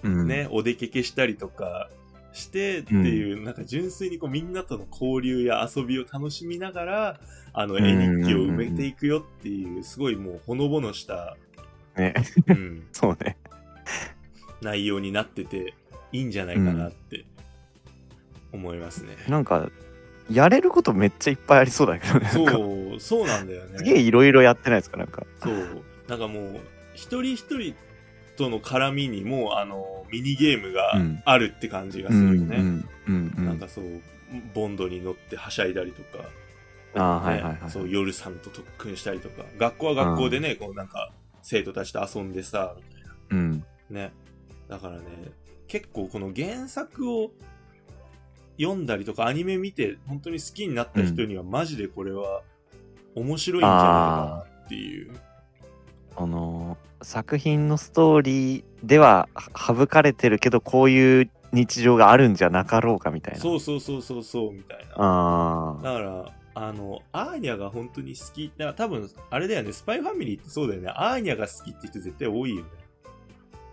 B: うん、
A: ね、お出かけしたりとかしてっていう、なんか純粋にこうみんなとの交流や遊びを楽しみながら、あの、
B: んうん
A: 絵
B: うんうん
A: 日記を埋めていくよっていう、すごいもうほのぼのした、
B: ね。
A: うん、
B: そうね。
A: 内容になってて、いいんじゃないかなって思いますね。
B: なんか、やれることめっちゃいっぱいありそうだけどね。なんか
A: そう、そうなんだよ ね。
B: すげえいろいろやってないですか、なんか。
A: そう。なんかもう、一人一人との絡みにもう、あの、ミニゲームが
B: うん
A: あるって感じがす
B: うん
A: る
B: う
A: よね。
B: んうんう
A: なん
B: ん。
A: かそう、ボンドに乗ってはしゃいだりとか、
B: あー
A: ね
B: はいはいはい
A: そう夜さんと特訓したりとか、学校は学校でね、こうなんか生徒たちと遊んでさ、
B: うん。
A: ね。だからね、結構この原作を読んだりとか、アニメ見て、本当に好きになった人には、マジでこれは面白いんじゃないかなっていう。
B: あのー作品のストーリーではは省かれてるけどこういう日常があるんじゃなかろうかみたいな
A: そうそうそうそうそう、みたいな。
B: あー
A: だから、あの、アーニャが本当に好き。だから多分、あれだよね、スパイファミリーってそうだよね。アーニャが好きって人絶対多いよね。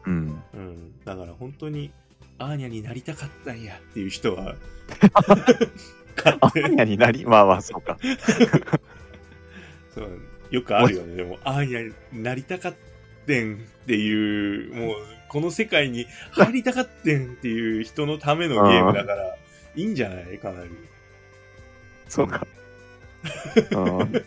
B: うん
A: うん。だから本当に、アーニャになりたかったんやっていう人は、勝
B: ア
A: 手
B: ーニャになりまあまあそうか
A: そうよくあるよね。でも、アーニャになりたかってんっていう、もう、この世界に入りたかってんっていう人のためのゲームだから、いいんじゃないかなり。
B: そうか、うん、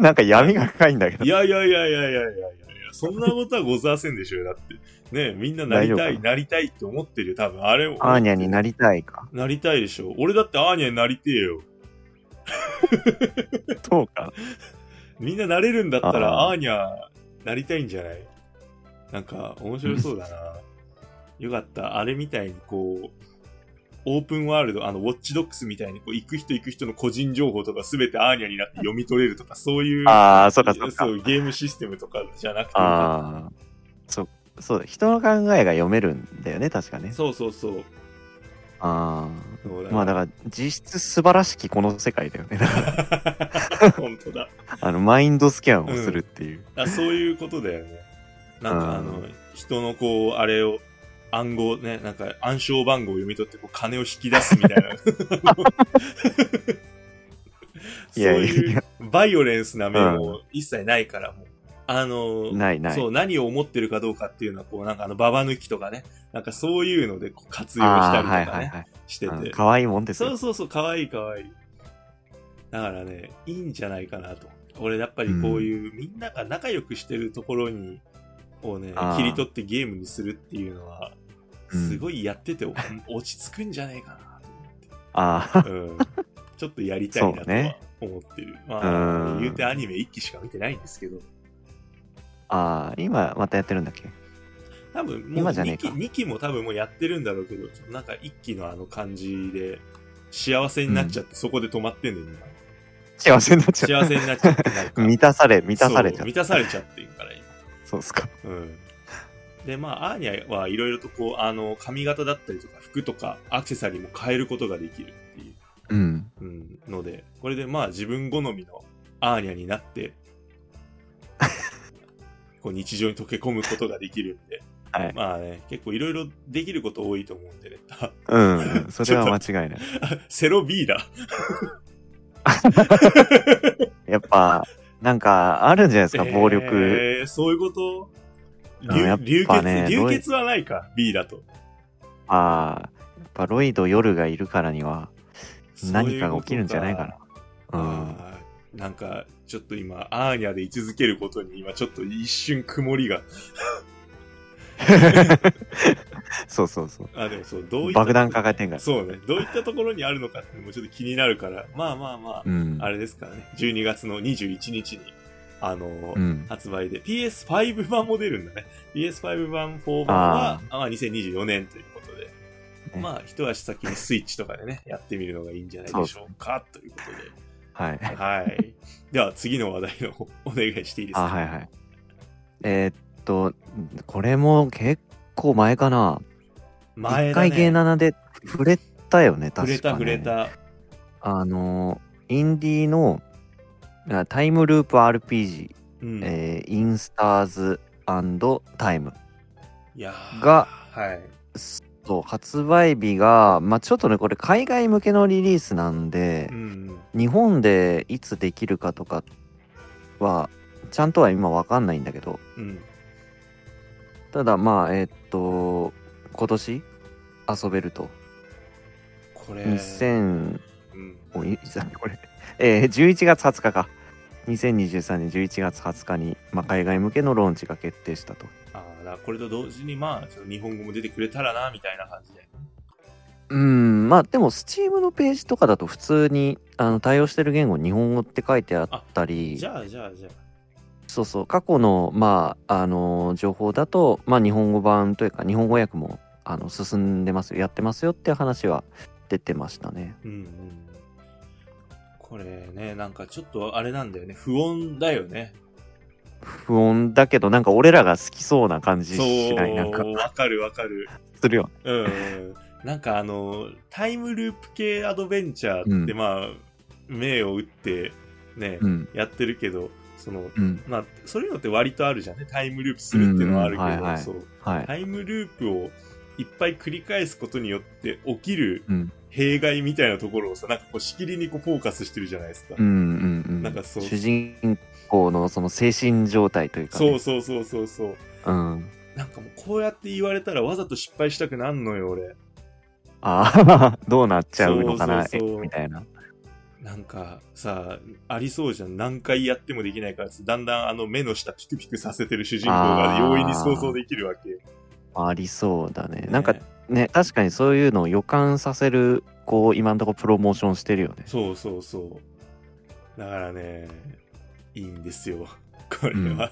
B: なんか闇が深いんだけど
A: いやいやいやいやいやいやいやいや、そんなことはございませんでしょうよ。だって、ねみんななりた
B: 大丈
A: い、
B: 夫
A: なりたいって思ってるよ。多分、あれを。
B: アーニャになりたいか
A: なりたいでしょ。俺だってアーニャになりてえよ。
B: そうか
A: みんななれるんだったら、
B: あー
A: アーニャなりたいんじゃないなんか、面白そうだな。よかった。あれみたいに、こう、オープンワールド、あの、ウォッチドックスみたいに、こう、行く人行く人の個人情報とか全てアーニャになって読み取れるとか、そういう、
B: ああそうかそうか
A: そうゲームシステムとかじゃなくて、
B: ああそうそうだ人の考えが読めるんだよね確かね
A: そうそうそう。
B: あ
A: そうだ
B: あ
A: ね
B: まあだから実質素晴らしきこの世界だよね だから
A: 本当だ
B: あのマインドスキャンをするっていう、
A: あそういうことだよねなんかあの、
B: うん
A: 人のこうあれを暗号ねなんか暗証番号を読み取ってこう金を引き出すみたい なそう
B: いやいやい
A: い
B: や
A: うバイオレンスな面も一切ないからもうあの
B: ないない
A: そう何を思ってるかどうかっていうのはこうなんかあのババ抜きとかねなんかそういうのでこう活用したりとかね、
B: あーはいはいはい
A: して
B: うん
A: て
B: 可愛いもんですよ
A: そうそうそう、かわいいかわいい。だからね、いいんじゃないかなと。俺、やっぱりこういう、みんなが仲良くしてるところに、をね
B: あ、ー
A: 切り取ってゲームにするっていうのは、
B: うん
A: すごいやってて、お 落ち着くんじゃないかな
B: あ
A: と思って。うん。ちょっとやりたいな
B: そう
A: とは
B: ね
A: 思ってる。ま
B: う
A: あ、
B: ん
A: 言うてアニメ一期しか見てないんですけど、
B: あああ今またやってるんだっけ
A: 多分もう
B: 今じゃね
A: 2
B: え
A: 期
B: か
A: ,2 期も多分もうやってるんだろうけど、ちょっとなんか一期のあの感じで、幸せになっちゃって、そこで止まってんだよ、今。
B: 幸せになっちゃ
A: 幸
B: う
A: せになっちゃってなん か
B: 満たされ満たされちゃ
A: そう
B: う
A: 満たされちゃってるから
B: そうっすか
A: 今うんでまあアーニャはいろいろとこうあの髪型だったりとか服とかアクセサリーも変えることができるっていう、
B: うん
A: うん、のでこれでまあ自分好みのアーニャになって こう日常に溶け込むことができるんで、
B: はい
A: まあね結構いろいろできること多いと思うんでね あ
B: うんそれは間 違いない
A: セロ B だ
B: やっぱなんかあるんじゃないですか暴力、
A: えーそういうこと
B: うんやっ
A: 流流
B: ぱ
A: 血、
B: ね
A: 流血はないか B だと
B: ああやっぱロイド夜がいるからには何かが起きるんじゃないかなうん
A: あーなんか、ちょっと今、アーニャで居続けることに、今、ちょっと一瞬曇りが。
B: そうそうそう
A: あ、でもそう、どういった
B: 爆弾抱えてんから
A: そうね。どういったところにあるのかって、もうちょっと気になるから、まあまあまあ、
B: うん
A: あれですからね。12月の21日に、あのー
B: うん
A: 発売で、PS5 版も出るんだね。PS5 版、4版は、あまあ、2024年ということで、
B: ね
A: まあ、一足先にスイッチとかでね、やってみるのがいいんじゃないでしょうか、ということで。
B: はい
A: はい。では次の話題の方お願いしていいです
B: あ
A: か。
B: はいはいえーっとこれも結構前かな
A: 前
B: 一
A: だね
B: 回ゲーナナで触れたよね、
A: 触
B: 確かね
A: れた触れた。
B: あのインディーのあタイムループ RPG、
A: うん
B: えーインスターズタイム
A: いやー
B: が
A: はい。
B: と発売日が、まあ、ちょっとねこれ海外向けのリリースなんで
A: う、ん。
B: 日本でいつできるかとかはちゃんとは今わかんないんだけど
A: うん。
B: ただまあえっと今年遊べると、
A: これ。
B: 2000
A: うん
B: おいいつだこれ、 えー、11月20日か2023年11月20日に、まあ、海外向けのローンチが決定したと
A: あーだからこれと同時に、まあ、ちょっと日本語も出てくれたらな、みたいな感じで。
B: うんまあでも Steam のページとかだと普通にあの対応してる言語日本語って書いてあったり
A: じゃあ、じゃあ、じゃあ。
B: そうそう過去のまああの情報だと、まあ、日本語版というか日本語訳もあの進んでますよやってますよっていう話は出てましたね
A: うんうん。これね、なんかちょっとあれなんだよね。不穏だよね。
B: 不穏だけどなんか俺らが好きそうな感じしないなんか
A: そう、わかるわかる。
B: するよ
A: うんうん。なんかあの、タイムループ系アドベンチャーって、
B: う
A: まあ、銘を打って、ね、
B: うん
A: やってるけど、その、
B: うん
A: まあ、そういうのって割とあるじゃんね。タイムループするっていうのはあるけど、
B: うんはいはい
A: そう
B: はい
A: タイムループをいっぱい繰り返すことによって起きる
B: うん
A: 弊害みたいなところをさ、なんかこうしきりにこうフォーカスしてるじゃないですか。
B: うんうんうん
A: なんかそう
B: 主人公のその精神状態というか、
A: そう
B: ね、
A: そうそうそうそう。
B: う、ん、
A: なんかもうこうやって言われたらわざと失敗したくなんのよ、俺。
B: ああ どうなっちゃうのかな
A: そうそうそう
B: えみたいな
A: なんかさ、ありそうじゃん。何回やってもできないからさだんだんあの目の下ピクピクさせてる主人公が容易に想像できるわけ。
B: ありそうだねなんか
A: ね
B: ね確かにそういうのを予感させるこう今のところプロモーションしてるよね
A: そうそうそう。だからね、いいんですよ。 これは。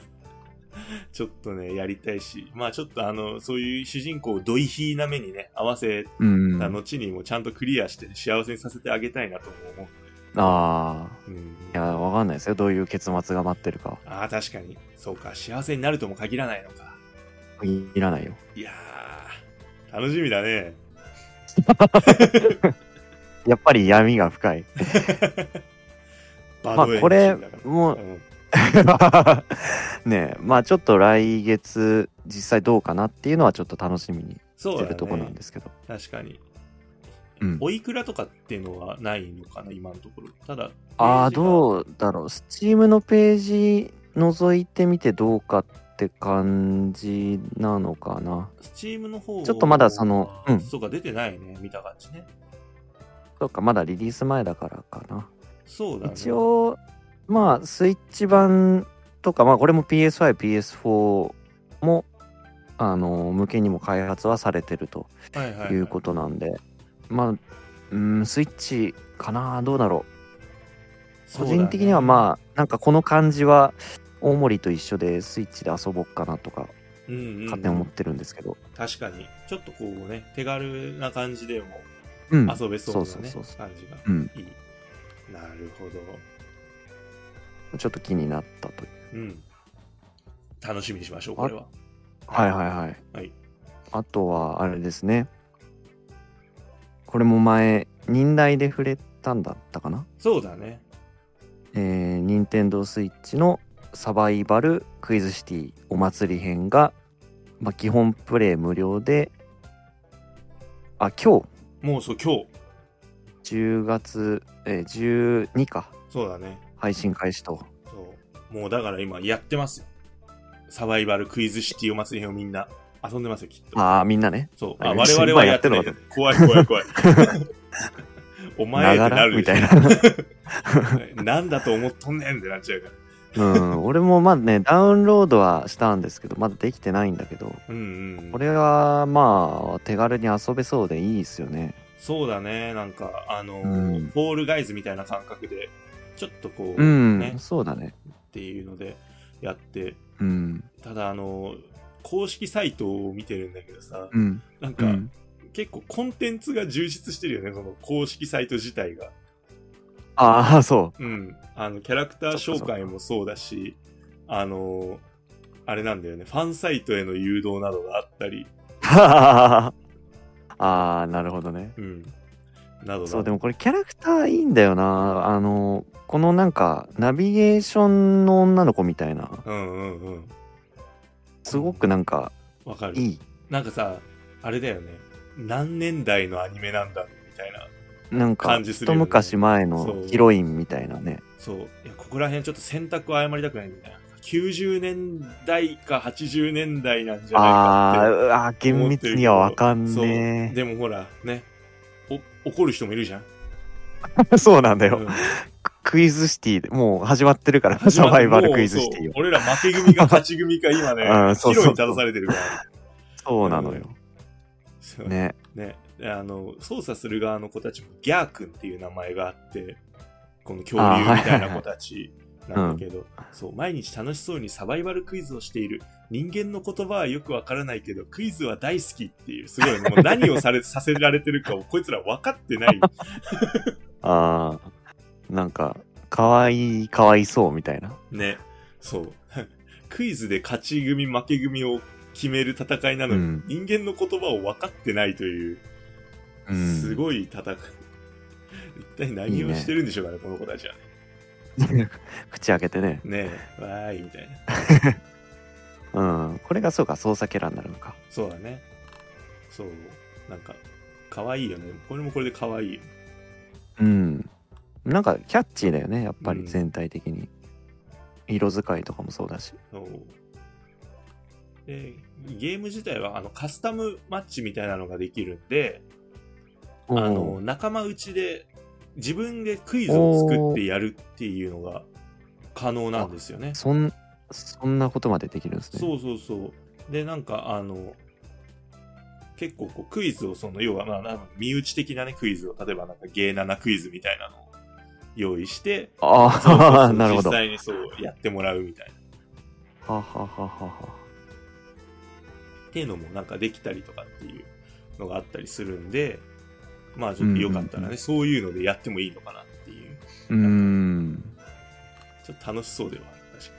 A: ちょっとね、やりたいし、まあちょっとあの、そういう主人公をドイヒーな目にね、合わせ
B: うん
A: た後にもちゃんとクリアして幸せにさせてあげたいなとも思
B: あ
A: う。うん、
B: あいやわかんないですよどういう結末が待ってるか
A: ああ、確かに。そうか、幸せになるとも限らないのか。
B: いいらないよ
A: いやー、楽しみだね。
B: やっぱり闇が深い
A: バ
B: まあ
A: ドエンジン
B: これ
A: だから
B: も
A: うん
B: う ねえまあちょっと来月実際どうかなっていうのはちょっと楽しみに
A: そう
B: して
A: だ、ね、
B: るとこなんですけど
A: 確かに。
B: うん
A: おいくらとかっていうのはないのかな、今のところ。ただ、
B: ああ
A: う
B: どうだろう Steam のページ覗いてみてどうかって感じなのかな
A: スチームの方
B: ちょっとまだそのうん
A: そうか、出てないね、見た感じね。
B: そうかまだリリース前だからかな
A: そうだね。
B: 一応まあスイッチ版とかまあこれも PSIPS4 もあの向けにも開発はされてると
A: はいはいは、
B: いうことなんで、まあうーんスイッチかなどうだろう個人的にはまあなんかこの感じは大森と一緒でスイッチで遊ぼっかなとか
A: あ、うんうんうん
B: 勝手に思ってるんですけど、
A: 確かに、ちょっとこうね、手軽な感じでも
B: うん、
A: 遊べそ
B: そ
A: うな
B: うそう
A: ね
B: そうそ、
A: 感じが
B: うん
A: いい。なるほど。
B: ちょっと気になったという
A: うん。楽しみにしましょう、これは。
B: はいはいはい。
A: はい
B: あとは、あれですね。これも前、忍耐で触れたんだったかな。
A: そうだね。
B: えー、任天堂スイッチのサバイバルクイズシティお祭り編が、まあ、基本プレイ無料で、あ、今日、
A: もうそう、今日。
B: 10月、えー、12か、
A: そうだね。
B: 配信開始と。
A: そう。もうだから今やってますよ。サバイバルクイズシティお祭りをみんな遊んでますよ、きっと。
B: ああ、みんなね。
A: そう。
B: あ
A: あ、
B: れ
A: 我々はやってない
B: 今やってるのか。
A: 怖い怖い 怖い。お前って
B: なが
A: な
B: ら
A: る
B: みたい
A: な
B: な。。
A: なんだと思っとんねんってなっちゃうから。
B: うん、俺もまあね、ダウンロードはしたんですけど、まだできてないんだけど、
A: うんうん。
B: これはまあ手軽に遊べそうでいいですよね。
A: そうだね。なんか、あのー、
B: うん
A: フォールガイズみたいな感覚で、ちょっとこう、
B: うん、
A: ね、
B: そうだね。
A: っていうのでやって、
B: うん、
A: ただあのー、公式サイトを見てるんだけどさ、
B: うん、
A: なん
B: う
A: か、
B: ん。
A: 結構コンテンツが充実してるよね、その公式サイト自体が。
B: ああ、そ
A: うん。あの、キャラクター紹介もそうだし、あの、あれなんだよね、ファンサイトへの誘導 などがあったり、
B: う。ああ、なるほどね。
A: うん。などなど
B: そうでもこれキャラクターいいんだよなあのこのなんかナビゲーションの女の子みたいな
A: うんうんうん
B: すごくなんか
A: わかる
B: いい
A: なんかさあれだよね何年代のアニメなんだみたいな
B: なんか
A: 感じするよ
B: 一
A: ね
B: 昔前
A: そ
B: の
A: う
B: ヒロインみたいなね
A: そういやここら辺ちょっと選択を誤りたくないんだよな90年代か80年代なんじゃない
B: あ
A: か
B: ー
A: って
B: うわー厳密にはわかん
A: そう
B: ね
A: でもほらねお怒る人もいるじゃん、
B: え そうなんだよ、
A: うん
B: クイズシティでもう始まってるから
A: 始ま
B: サ
A: っ
B: バイバルクイズシティ
A: もう
B: を
A: そう俺ら負け組か勝ち組か 今
B: う
A: ね
B: んそう
A: 岐
B: そう
A: 路に立たされてるから
B: そうなのよ、
A: そうね
B: ね
A: あの操作する側の子たちもギャー君っていう名前があってこの恐
B: あー
A: 竜
B: はい
A: みたいな子たちなんだけど、そう毎日楽しそうにサバイバルクイズをしている人間の言葉はよくわからないけどクイズは大好きっていうすごいもう何をされさせられてるかをこいつら分かって ない
B: ああなんかかわいいかわいそうみたいな
A: ねそうクイズで勝ち組負け組を決める戦いなのに、
B: うん
A: 人間の言葉を分かってないという
B: うん
A: すごい戦い、一体
B: い
A: 何
B: い
A: を
B: ね
A: してるんでしょうかねこの子たちは
B: 口開けてね
A: ねえわーいみたいな
B: うんこれがそうか操作キャラになるのか
A: そうだねそうなんか可愛いよねこれもこれで可愛いよ
B: うんなんかキャッチーだよねやっぱ
A: う
B: り
A: ん
B: 全体的に、色使いとかもそうだし
A: そうでゲーム自体はあのカスタムマッチみたいなのができるんで、
B: あ
A: あの仲間内で自分でクイズを作ってやるっていうのが可能なんですよね。
B: そんそんなことまでできるんですね
A: そうそうそう。で、なんか、あの、結構こうクイズを、その、要は、まあ、なんか身内的なね、クイズを、例えばなんか、芸7クイズみたいなのを用 意して、そうそう
B: あ
A: そ
B: あ
A: う
B: なるほど
A: 実
B: は
A: 際にそうやってもらうみたいな。
B: はははは
A: っていうのもなんかできたりとかっていうのがあったりするんで、まあ、ちょっとよかった
B: う
A: らね、
B: んうんうん
A: そういうのでやってもいいのかなっていう、
B: うーん
A: ちょっと楽しそうではある、確か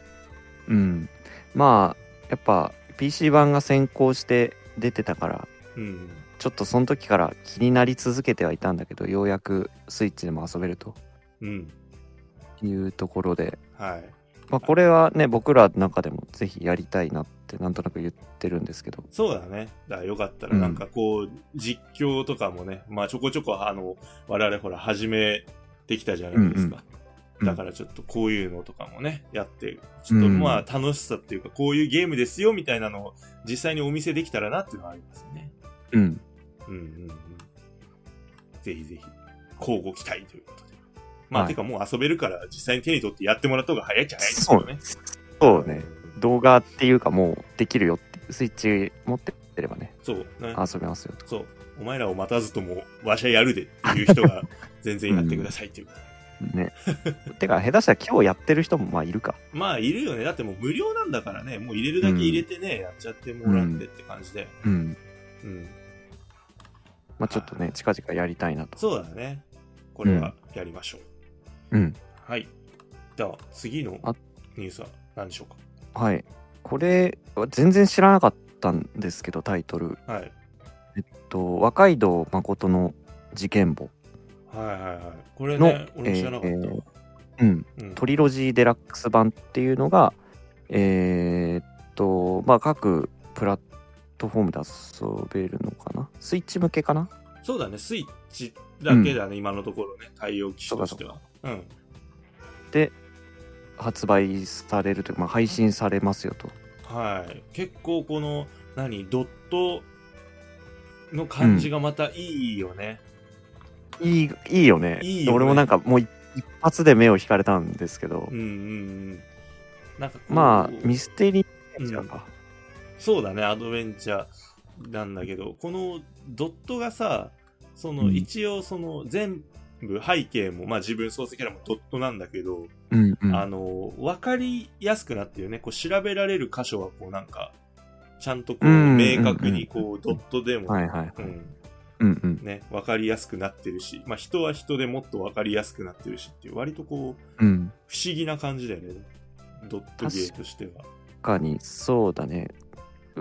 B: うんまあやっぱ PC 版が先行して出てたから
A: に。うん。
B: ちょっとその時から気になり続けてはいたんだけどようやくスイッチでも遊べると
A: うん。
B: いうところで、
A: はい。
B: まあ、これはね僕らの中でもぜひやりたいなってなんとなく言ってるんですけど
A: そうだね。だからよかったら、なんかこう、実況とかもね、まあちょこちょこ、あの、我々ほら、始めてきたじゃないですか。
B: うん
A: だからちょっとこういうのとかもね、やって、ちょっと
B: うん
A: まあ楽しさっていうか、こういうゲームですよみたいなのを実際にお見せできたらなっていうのはありますね。
B: うん
A: うんうんうん。ぜひぜひ、交互期待ということで。まあ、
B: はい
A: てかもう遊べるから、実際に手に取ってやってもらった方が早いっちゃ早いです
B: そ
A: よ
B: う
A: ね
B: ね。そうね動画っていうかもうできるよっていうスイッチ持ってればね
A: そう。ね
B: 遊べますよと
A: そう、お前らを待たずとも、わしゃやるでっていう人が全然やってくださいっていう。
B: ねてか下手したら今日やってる人もまあいるか
A: まあ、いるよね。だってもう無料なんだからね、もう入れるだけ入れてね、やっちゃってもらってって感じで。
B: うん
A: うん。
B: まあちょっとね近々やりたいなと
A: そうだね。これはやりましょ
B: う
A: う。
B: ん
A: はい。では、次の
B: あ
A: ニュースは何でしょう
B: はいこれは全然知らなかったんですけどタイトル
A: か。はい。
B: えっと若い堂誠の事件簿
A: はいはいはい。これ
B: の、
A: ね、俺も知らなかっ
B: え
A: た
B: ー
A: わ。
B: うん、
A: うん
B: トリロジーデラックス版っていうのがえーっとまあ各プラットフォームで遊べるのかなスイッチ向けかな
A: そうだね、スイッチだけだね、今のところね、対応機種としては。うん。
B: 発売されるというか、まあ、配信されますよと
A: はい。結構この、何、ドットの感じがまたいいよね。
B: いいいいよね
A: いいよね
B: 俺もなんかもう一一発で目を引かれたんですけど、
A: うん、うん、うん。なんかこう
B: まあミステリーちゃうか、
A: そうだね、アドベンチャーなんだけど、このドットがさ、そ
B: う
A: の、
B: ん
A: 一応その全部背景も、まあ自分創世キャラもドットなんだけど、
B: うんうん
A: あの、わかりやすくなってるよね。こう調べられる箇所は、こうなんか、ちゃんとこう、
B: うん
A: 明確にこう、ドットでも、
B: はいはい、
A: うん、
B: うんうん
A: ね、わかりやすくなってるし、まあ人は人でもっとわかりやすくなってるしっていう、割とこう、
B: うん
A: 不思議な感じだよね。ドットゲーとしては。
B: 確かにそうだね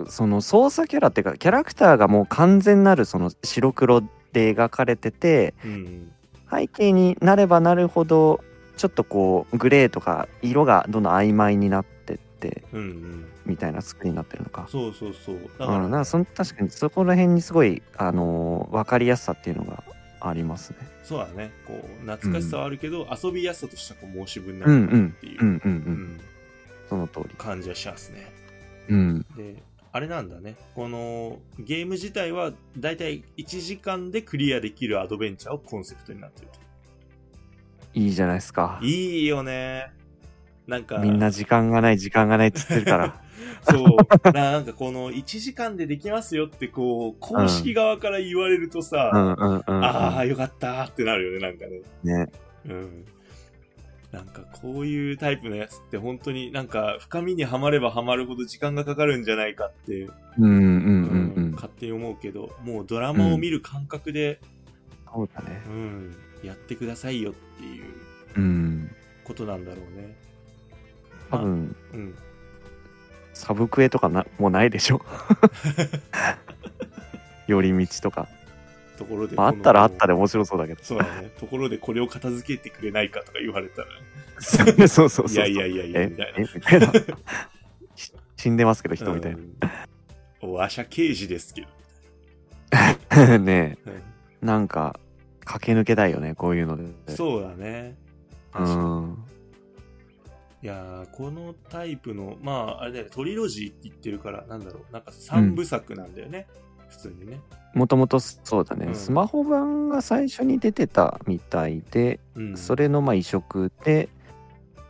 B: その操作キャラっていうかキャラクターがもう完全なるその白黒で描かれてて
A: うん。
B: 背景になればなるほどちょっとこうグレーとか色がどんどん曖昧になってって
A: うんうん。
B: みたいな作りになってるのか。
A: そうそうそう。だか
B: うん、
A: ら、
B: なんかその確かにそこら辺にすごい、あの分かりやすさっていうのがありますね。
A: そうだね。こう、懐かしさはあるけど、遊びやすさとしてはこう申し分な
B: うん
A: いか
B: う
A: なっ
B: ん
A: ていうう、
B: んうんう
A: うんん
B: その通り。
A: 感じはしますね。
B: うん
A: で、あれなんだね。このゲーム自体は、だいたい1時間でクリアできるアドベンチャーをコンセプトになってる
B: いいじゃないですか
A: と。。いいよね。なんか、
B: みんな時間がない時間がないっつってる から。
A: そう。 なんかこの1時間でできますよってこう、公式側から言われるとさ、
B: うんうんうんうん。
A: ああ、よかったーってなるよね、なんかね。
B: ね。
A: うん。なんかこういうタイプのやつって本当になんか深みにはまればはまるほど時間がかかるんじゃないかって、
B: うんうん
A: う
B: うんうん。
A: 勝手に思うけど、もうドラマを見る感覚で、
B: そうだね
A: う。ん、やってくださいよっていう
B: うん。
A: ことなんだろうね。
B: 多分、
A: うん。
B: サブクエとかなもうないで しょ。寄り道とか。
A: ところでこ
B: まあ、
A: の。
B: あったらあったで面白そうだけど。
A: そうだね。ところでこれを片付けてくれないかとか言われたら、
B: そうそうそう。
A: いやいやいやいや、
B: え
A: みたいな
B: え。み たいな。し死んでますけど、人みたい
A: うん。おわしゃ刑事ですけど。
B: な。ね
A: はい
B: え、なんか、駆け抜けたいよね、こういうので。
A: そうだね。
B: う。ん。
A: いやーこのタイプの、まあ、あれだよね、トリロジーって言ってるから、なんだろう、なんか3部作なんだよね、普通にね。
B: もともとそうだね、
A: うん
B: スマホ版が最初に出てたみたいで、
A: うん、
B: それのまあ移植で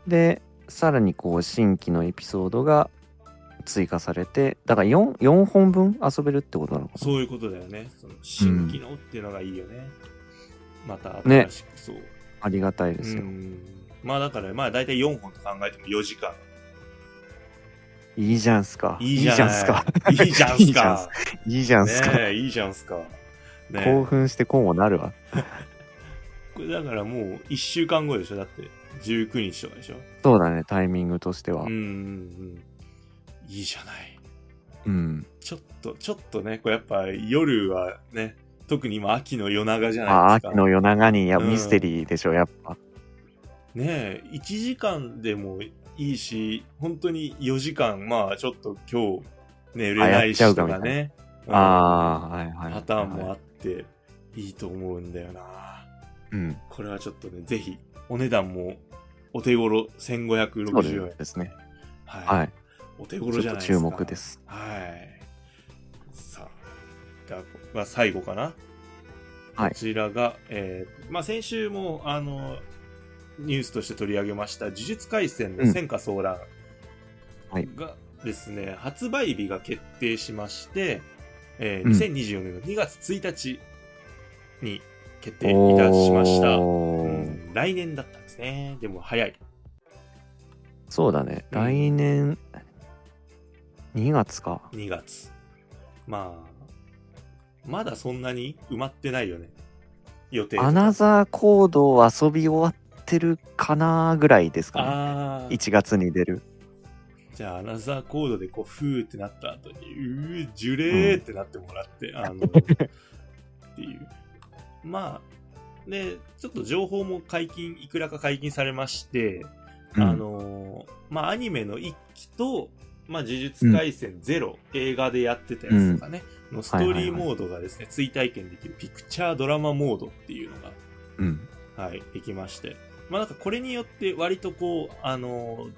B: でさらにこう新規のエピソードが追加されてだから 4, 4本分遊べるってことなのかな
A: そういうことだよね。その新機能っていうのがいいよね。また
B: ね
A: 新しく、そう。
B: ありがたいですよ、
A: うんまあだから、まあ大体4本と考えても4時 間。
B: いいじゃんすか
A: いいじゃん。
B: んすか
A: いいじゃんすか。
B: いいじゃんすか、
A: ねえ、いいじゃんすか。ね
B: 興
A: え
B: 奮してこうもなるわ
A: これだからもう1週間後でしょだって19日とかでしょ
B: そうだねタイミングとしては
A: うんうんうんいいじゃない
B: うん、
A: ちょっとちょっとねこうやっぱ夜はね特に今秋の夜長じゃ
B: あ
A: ないですか
B: 秋の夜長にいや、
A: うん
B: ミステリーでしょやっぱ
A: ねえ1時間でもいいし本当に4時間まあちょっと今日ね売れない
B: あやっ
A: し
B: ちゃ
A: と
B: うか
A: か
B: みた
A: ねうん
B: ああはいはいはいはい
A: パターンもあっていいと思うんだよな
B: うん
A: これはちょっとねぜひお値段もお手頃
B: そう
A: 1560円
B: ですね
A: はい
B: はい
A: お手
B: ちょ
A: 頃
B: っ
A: じゃ
B: と
A: ないです
B: 注
A: か
B: 目です
A: はい。さあ、がまあ、最後かな。
B: はい
A: こちらが、えーまあ、先週も、あの、ニュースとして取り上げました、呪術廻戦の戦火騒乱
B: はい
A: がですね、発売日が決定しまして、えー
B: うん
A: 2024年の2月1日に決定いたしました。
B: お
A: う
B: ー
A: ん来年だったんですね。でも早い。
B: そうだね、
A: うん
B: 来年2月か。
A: 2月まあまだそんなに埋まってないよね予定とか
B: アナザーコードを遊び終わってるかなぐらいですか
A: あ
B: ね。
A: ー
B: 1月に出る。
A: じゃあアナザーコードでこうふーってなった後にうージュレーってなってもらって、あのっていうまあでちょっと情報も解禁いくらか解禁されまして、
B: うん
A: あのーまあアニメの1期とまあ、呪術廻戦ゼロ、映画でやってたやつとかね、のストーリーモードがですね、追体験できるピクチャードラマモードっていうのが
B: うん。
A: はい、できまして。まあなんかこれによって割とこう、あのー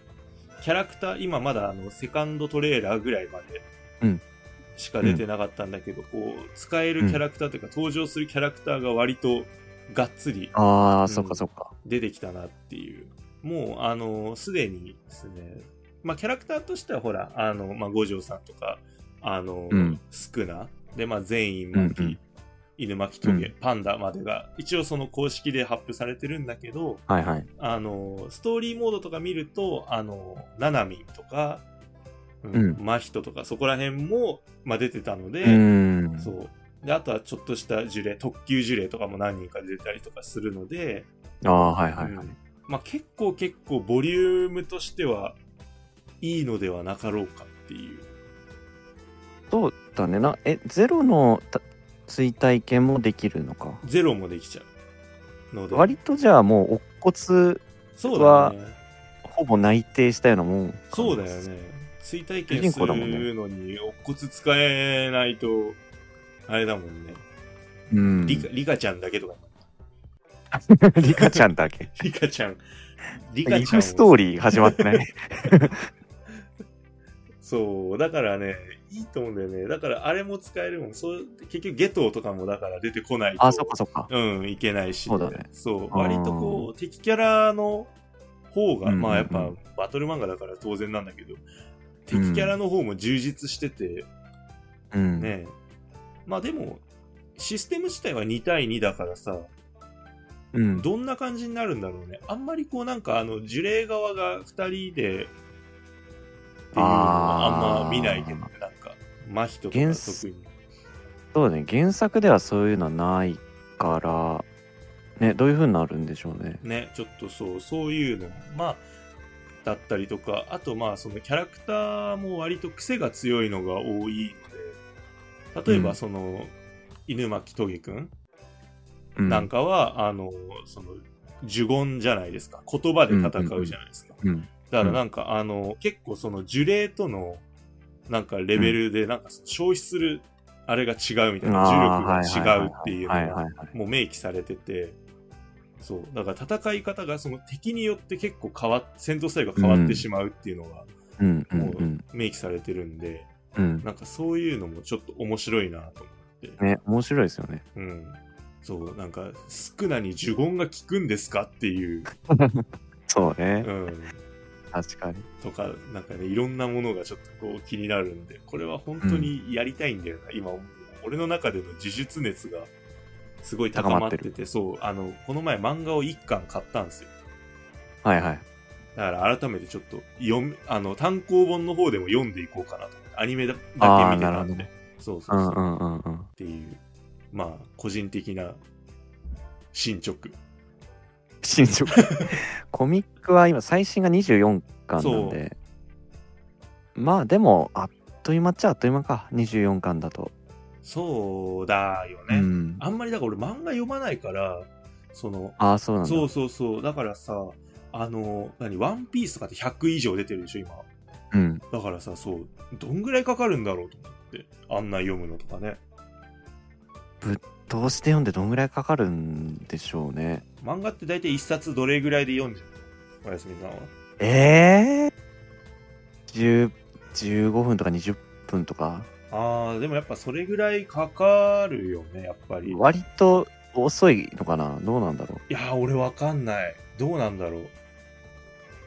A: キャラクター、今まだあの、セカンドトレーラーぐらいまで
B: うん、
A: しか出てなかったんだけど、こう、使えるキャラクターというか、登場するキャラクターが割とがっつり
B: ああ、
A: ん
B: そっかそっか。
A: 出てきたなっていう。もう、あのーすでにですね、まあキャラクターとしてはほら、あの、まあ五条さんとか、あのー
B: うん
A: スクナ、で、まあ全員巻き、
B: うんうん
A: 犬巻トゲ、
B: う
A: パンダまでが、一応その公式で発表されてるんだけど、
B: はいはい。
A: あの、ストーリーモードとか見ると、あの、ナナミンとか、う
B: う
A: マヒトとか、そこら辺も、まあ、出てたので、
B: うーん。
A: そう。で、あとはちょっとした呪霊、特級呪霊とかも何人か出てたりとかするので、
B: ああ、はいはいは
A: う
B: い。
A: んまあ、結構結構ボリュームとしては、いいのではなかろうかっていう。
B: そうだね。なえ、ゼロのた追体験もできるのか
A: ゼロもできちゃうので
B: 割とじゃあもう乙骨
A: そうだね
B: ほぼ内定したようなもんかな
A: そうだよね追体験するのにお骨使えないとあれだもんね、
B: うん
A: リカリカちゃんだけとか
B: リカちゃんだけ
A: リカちゃんリ
B: リフストーリー始まってない
A: そう、だからね、いいと思うんだよね。だから、あれも使えるもん。そう、結局、ゲトウとかもだから出てこないと。
B: あそっかそっか
A: うん、いけないし。
B: そうだね
A: そう、
B: あー
A: 割とこう、敵キャラの方が、
B: うんうんうん
A: まあやっぱ、バトル漫画だから当然なんだけど、敵キャラの方も充実してて、
B: うん、
A: ね。まあでも、システム自体は2対2だからさ、
B: うん、
A: どんな感じになるんだろうね。あんまりこうなんかあの呪霊側が2人でっていうのはあんま見ないけどね、なんか麻痺とか
B: 原
A: が
B: 作
A: 特に。
B: そうだね原作ではそういうのはないからねどういう風になるんでしょうね
A: ね、ちょっとそう、そういうの、まあ、だったりとか、あとまあそのキャラクターも割と癖が強いのが多いので、例え
B: う
A: ば
B: ん
A: その、犬巻棘くん
B: う
A: なんかは、あの、その、呪言じゃないですか。言葉で戦うじゃないですか。
B: うん
A: だからなんか、あの、結構その呪霊との、なんかレベルで、なんかその消費する、あれが違うみたいな、
B: あー
A: 呪力が違うっていうの
B: はいはい
A: が、
B: はいはい
A: もう明記されてて、そう、だから戦い方がその敵によって結構変わっ、戦闘スタイルが変わってしまうっていうのが
B: うんうん
A: も
B: う
A: うん明記されてるんで、
B: うん
A: なんかそういうのもちょっと面白いなと思って、
B: ね面白いですよね
A: うん。そう、なんか、少なに呪言が効くんですかっていう、
B: そうね、
A: うん。
B: 確かに
A: とか、なんかね、いろんなものがちょっとこう気になるんで、これは本当にやりたいんだよな、今、俺の中での呪術熱がすごい高まってて、
B: 高ま
A: そう、あの、この前漫画を1巻買ったんですよ。
B: はいはい
A: だから改めてちょっと読み、あの、単行本の方でも読んでいこうかなと思って。アニメだだけ
B: あー
A: 見てたん
B: な
A: で
B: る。
A: そうそううそ
B: ん
A: う。
B: う
A: っ
B: んうんうん
A: ていう、まあ、個人的な進捗。
B: 進 捗コミックは今最新が24巻なんでまあでもあっという間っちゃあっという間か24巻だと、
A: そうだよ
B: う
A: ね。
B: ん
A: あんまりだから俺漫画読まないから、その、
B: ああそうなんだ
A: そうそうそう。だからさ、あの、何、ワンピースとかって100以上出てるでしょ、今。
B: うん
A: だからさ、そう、どんぐらいかかるんだろうと思って、案内読むのとかね。
B: どうして読んでどんぐらいかかるんでしょうね
A: 漫画って大体一冊どれぐらいで読んじゃうおやすみさんは。
B: ええー、10 15分とか20分とか
A: あー、でもやっぱそれぐらいかかるよね、やっぱり。い
B: 割と遅いのかなどうなんだろ
A: やー、俺わかんない。どうなんだろう。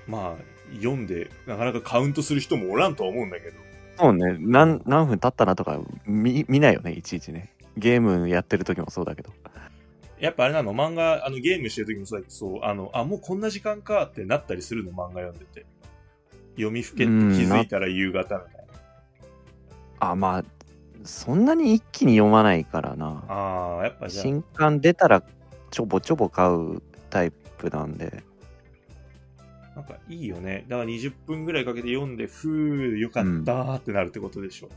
A: まあ、読んで、なかなかカウントする人もおらんとは思うんだけど。
B: うそうね何何分経ったなとか見見ないよねいちいちねゲームやってる時もそうだけど
A: やっぱあれなの、漫画、あの、ゲームしてる時もそうだけど、そう、あの、あ、もうこんな時間かってなったりするの、漫画読んでて。読みふけって気づいたら夕方みたいな。
B: あまあそんなに一気に読まないからな
A: ああー、やっぱじゃ
B: 新刊出たらちょぼちょぼ買うタイプなんで
A: あ、なんかいいよね。だから20分ぐらいかけて読んで、ふー、よかったーってなるってことでしょ。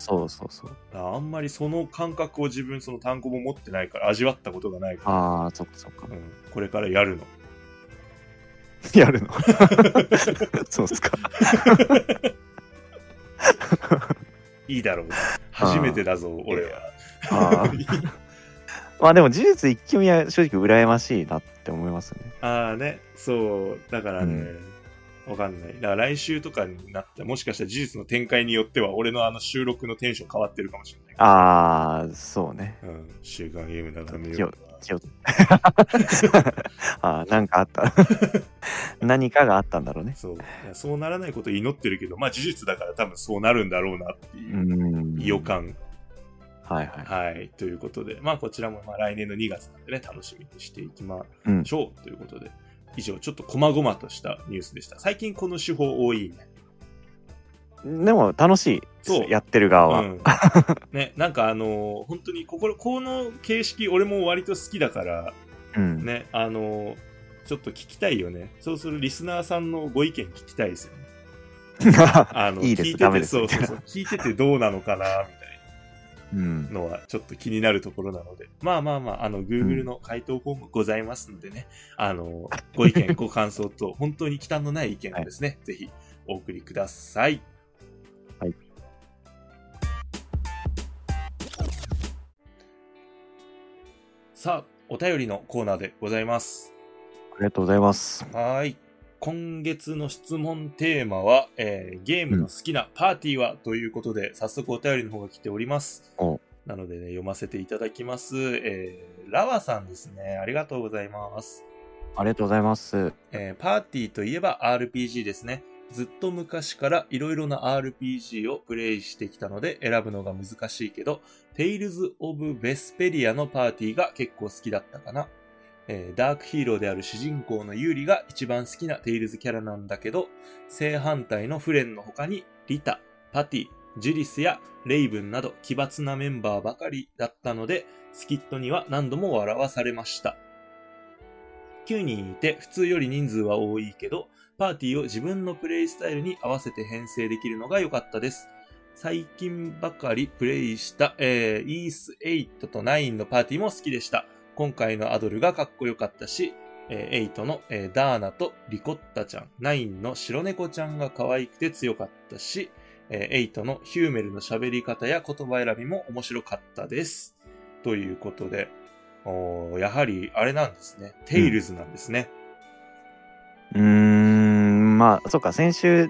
B: そうそうそう
A: だからあんまりその感覚を自分、その単語も持ってないから、味わったことがないか、
B: ああそっかそっから
A: うん、これからやるの。
B: やる のそうっすか
A: いいだろう。初めてだぞ、俺は。
B: あーまあでも事実一気見は正直羨ましいなって思いますね
A: ああね、そう、だからね、わ、かんない。だから来週とかになったら、もしかしたら事実の展開によっては、俺のあの収録のテンション変わってるかもしれない。
B: ああそうね
A: うん、週刊ゲームだな、見
B: 気
A: よ
B: を気 をああなんかあった何かがあったんだろうね
A: そう。いやそうならないこと祈ってるけど、まあ事実だから多分そうなるんだろうなって
B: う
A: いう
B: ーん
A: 予感。
B: はいはい、
A: はい、ということで、まあこちらもまあ来年の2月なんでね、楽しみにしていきま
B: うん、
A: しょうということで、以上、ちょっと細々としたニュースでした。最近この手法多いね。
B: でも楽しい
A: そう
B: やってる側は、
A: うん、ね、なんかあのー本当にこここの形式俺も割と好きだから
B: うん
A: ねあのーちょっと聞きたいよねそうするリスナーさんのご意見聞きたいですよねあの
B: いいです
A: 聞いて
B: ダメ
A: て
B: です
A: そうそうそう聞いててどうなのかなみたいな
B: うん。
A: のはちょっと気になるところなので、まあまあまあ、あの、Google の回答フォームございますのでね、あの、ご意見、ご感想と、本当に忌憚のない意見をですね、ぜひお送りください。
B: はい。
A: さあ、お便りのコーナーでございます。
B: ありがとうございます。
A: はーい。今月の質問テーマは、えーゲームの好きなパーティーは、ということで、早速お便りの方が来ております
B: お。
A: なのでね、読ませていただきます。えーラワさんですね。ありがとうございます。
B: ありがとうございます。
A: えーパーティーといえば RPG ですね。ずっと昔からいろいろな RPG をプレイしてきたので選ぶのが難しいけど、Tales of Vesperia のパーティーが結構好きだったかな。えーダークヒーローである主人公のユーリが一番好きなテイルズキャラなんだけど、正反対のフレンの他にリタ、パティ、ジュリスやレイブンなど奇抜なメンバーばかりだったので、スキットには何度も笑わされました。9人いて普通より人数は多いけど、パーティーを自分のプレイスタイルに合わせて編成できるのが良かったです。最近ばかりプレイした、えー、イース8と9のパーティーも好きでした。今回のアドルがかっこよかったし、えー8の、えーダーナとリコッタちゃん、9の白猫ちゃんが可愛くて強かったし、えー8のヒューメルの喋り方や言葉選びも面白かったです。ということで、おーやはりあれなんですね。テイルズなんですね。
B: うーん、まあ、そうか、先週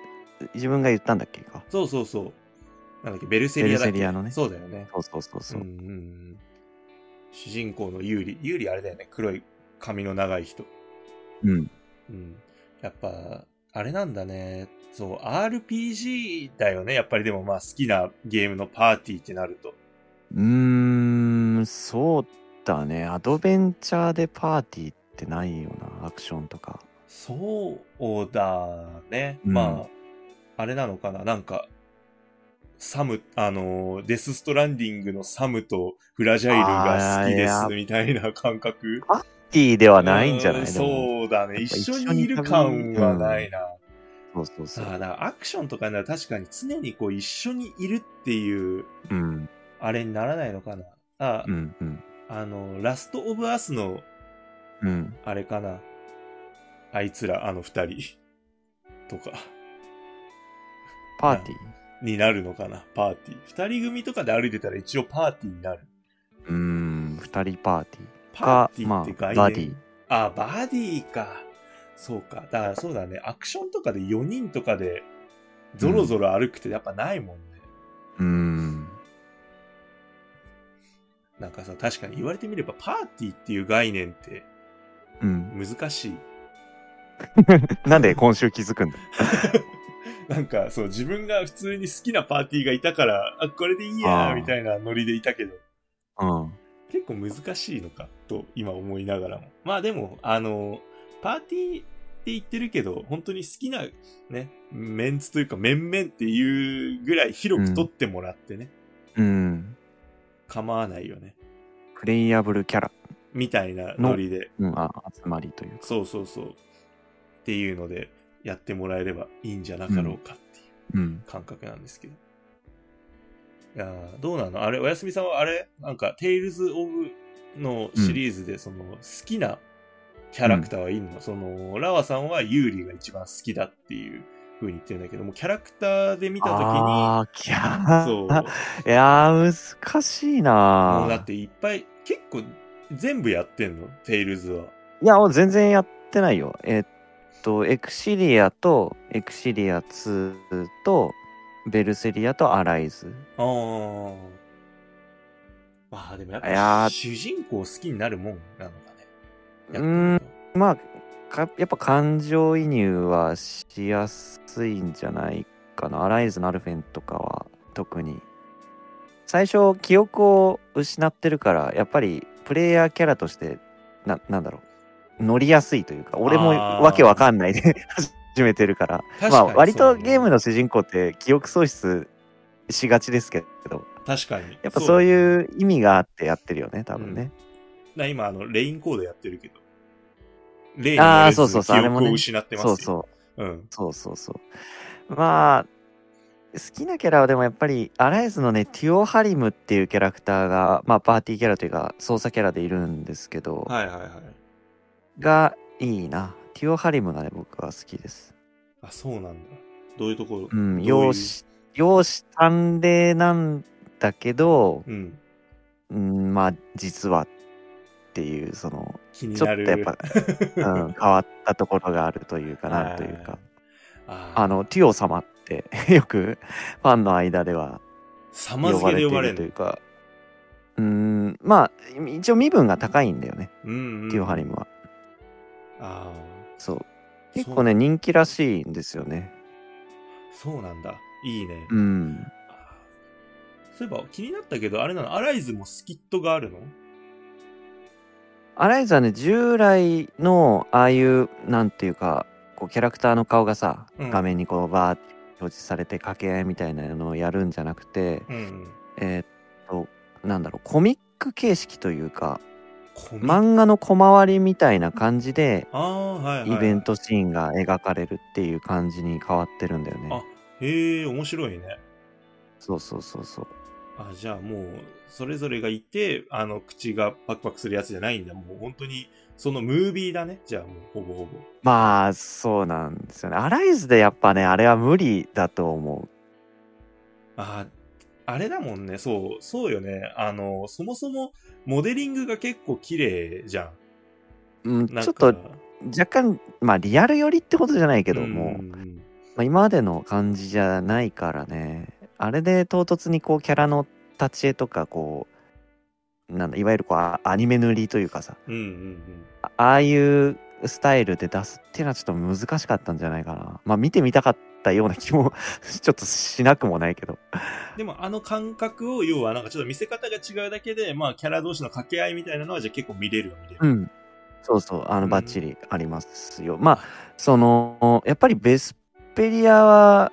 B: 自分が言ったんだっけか。
A: そうそうそう。なんだっけ、ベルセリアだっけ
B: ベルセリアのね
A: そうだよね。
B: そうそうそうそう
A: う。んうんうん主人公のユーリ。ユーリあれだよね。黒い髪の長い人。
B: うん。
A: うん。やっぱ、あれなんだね。そう、RPG だよね。やっぱりでもまあ好きなゲームのパーティーってなると。
B: うーん、そうだね。アドベンチャーでパーティーってないよな、アクションとか。
A: そうだね。
B: うん
A: まあ、あれなのかな。なんか、サム、あのー、デスストランディングのサムとフラジャイルが好きで
B: あ
A: す
B: ー
A: みたいな感覚
B: パーティーではないんじゃない
A: うん
B: でも
A: そうだ
B: やっぱ
A: ね。一
B: 一
A: 緒
B: 緒
A: に
B: に
A: い
B: い
A: る
B: る
A: 感
B: 感
A: はないな。
B: そうそうそ
A: さあ、
B: う。
A: だからアクションとかには確かに常にこう一緒にいるっていう、
B: うん、
A: あれにならないのかな。あ、
B: うん、うん。
A: あの、ラストオブアースの、
B: うん、
A: あれかな。あいつら、あの二人、とか、
B: パーティー
A: になるのかな、パーティー。二人組とかで歩いてたら一応パーティーになる。
B: うーん、二人パーティー
A: パ
B: か
A: ー、ティー
B: ま
A: って
B: あ、
A: 概念。
B: バディ。
A: あ、バディか。そうか。だからそうだね。アクションとかで4人とかで、ゾロゾロ歩くってやっぱないもんね。
B: うーん。
A: なんかさ、確かに言われてみれば、パーティーっていう概念って
B: うん、
A: 難しい。
B: なんで今週気づくんだ
A: なんか、そう、自分が普通に好きなパーティーがいたから、あ、これでいいや
B: あ
A: ー、
B: ー
A: みたいなノリでいたけど、
B: うん。
A: 結構難しいのか、と今思いながらも。まあでも、あの、パーティーって言ってるけど、本当に好きな、ね、メンツというか、面々っていうぐらい広く取ってもらってね、
B: うん。
A: 構わないよね。
B: プレイヤブルキャラ、
A: みたいなノリで、
B: うん、あ集まりという。
A: そうそうそう。っていうので、やってもらえればいいんじゃなかろうかってい
B: う
A: う。
B: ん。
A: 感覚なんですけど。いやーどうなのあれ、おやすみさんはあれなんか、テイルズ・オブのシリーズで、その、好きなキャラクターはいるの、その、ラワさんはユーリが一番好きだっていう風に言ってるんだけども、キャラクターで見たときに、
B: あー、キャ
A: そう、
B: ー。いやー、難しいな
A: もうだ
B: ー
A: っていっぱい、結構、全部やってんのテイルズは。
B: いや、もう全然やってないよ。えっと、エクシリアと、エクシリア2と、ベルセリアとアライズ。
A: あー。まあでもやっ
B: いや
A: ぱ、
B: ー
A: 主人公好きになるもんなのかね。
B: う
A: やってると
B: ーん、まあ、かやっぱ感情移入はしやすいんじゃないかな。アライズのアルフェンとかは特に。最初、記憶を失ってるから、やっぱりプレイヤーキャラとして、な、なんだろう。乗りやすいというか、俺も
A: あー
B: わけわかんないで 始めてるから。
A: 確
B: ま
A: か
B: あ、
A: に
B: 割
A: そ
B: と
A: うね
B: ゲームの主人公って記憶喪失しがちですけど、
A: 確かに。
B: やっぱそう
A: う。
B: いう意味があってやってるよね、多分ね。
A: な今、あの、レインコードやってるけど。レイン
B: あー
A: のやつ
B: そうそうそうあ
A: 記
B: れもね
A: 憶を失ってます
B: そ
A: よ。
B: うそう。
A: うん。
B: そうそうそう。まあ、きなキャラはでもやっぱりアライズのねティオハリムっていうキャラクターが、まあ、パーティーキャラというか操作キャラでいるんですけど、
A: はいはいはい。
B: がいいなティオハリムがね僕は好きです
A: あ、そうなんだ。どういうところ
B: うん
A: どういう
B: 容姿容姿端麗なんだけど
A: うん。
B: うんまあ実はっていうその
A: 気に
B: ちょっ
A: な
B: と
A: る。
B: やっぱ、 うん、変わったところがあるというかなというか
A: あー
B: あのティオ様って よくファンの間では
A: 様
B: 呼
A: 付
B: ば
A: け
B: れて
A: で
B: い
A: 呼ばれ
B: るとい
A: る
B: うかうんまあ一応身分が高いんだよね、
A: の。うん、うん。
B: ティオハリムは
A: あ
B: そう
A: あ。
B: 結構ね人気らしいんですよね
A: そう。そうなんだ。いいね。
B: うん
A: そういえば気になったけど、あれなの、アライズもスキットがあるの
B: アライズはね従来のああいうなんていうかこうキャラクターの顔がさ、
A: うん
B: 画面にこうバーって表示されて掛け合いみたいなのをやるんじゃなくて
A: うんうん。
B: えーっとなんだろうコミック形式というか
A: コミ
B: 漫画の小回りみたいな感じで
A: ああ、はい、はい。
B: イベン。トシーンが描かれるっていう感じに変わってるんだよね。
A: あへえ、面白いね。
B: そうそうそうそう。
A: あ、じゃあもう、それぞれがいて、あの、口がパクパクするやつじゃないんだ。もう本当に、そのムービーだね。じゃあもう、ほぼほぼ。
B: まあそうなんですよね。アライズでやっぱねあれは無理だと思
A: ああれだもんね、そう、そうよね。あの、そもそも、モデリングが結構綺麗じゃ
B: う。うん、
A: ん。なん
B: ちょ
A: か
B: っと若干まあリアル寄りってことじゃないけど、
A: うん
B: もう、まあ、今までの感じじゃないからねあれで唐突にこうキャラの立ち絵とかこうなんだいわゆるこうあアニメ塗りというかさ
A: うんうんうん。
B: あああいうスタイルで出すっていうのはちょっと難しかったんじゃないかなまあ見てみたかったような気も ちょっとしなくもないけど
A: でも、あの感覚を、要は、なんかちょっと見せ方が違うだけで、まあ、キャラ同士の掛け合いみたいなのは、じゃあ結構見れるよ、見れる。
B: うんそうそうあ
A: う
B: の
A: ん
B: バッチリありますよ、まあそのやっぱりベスペリアは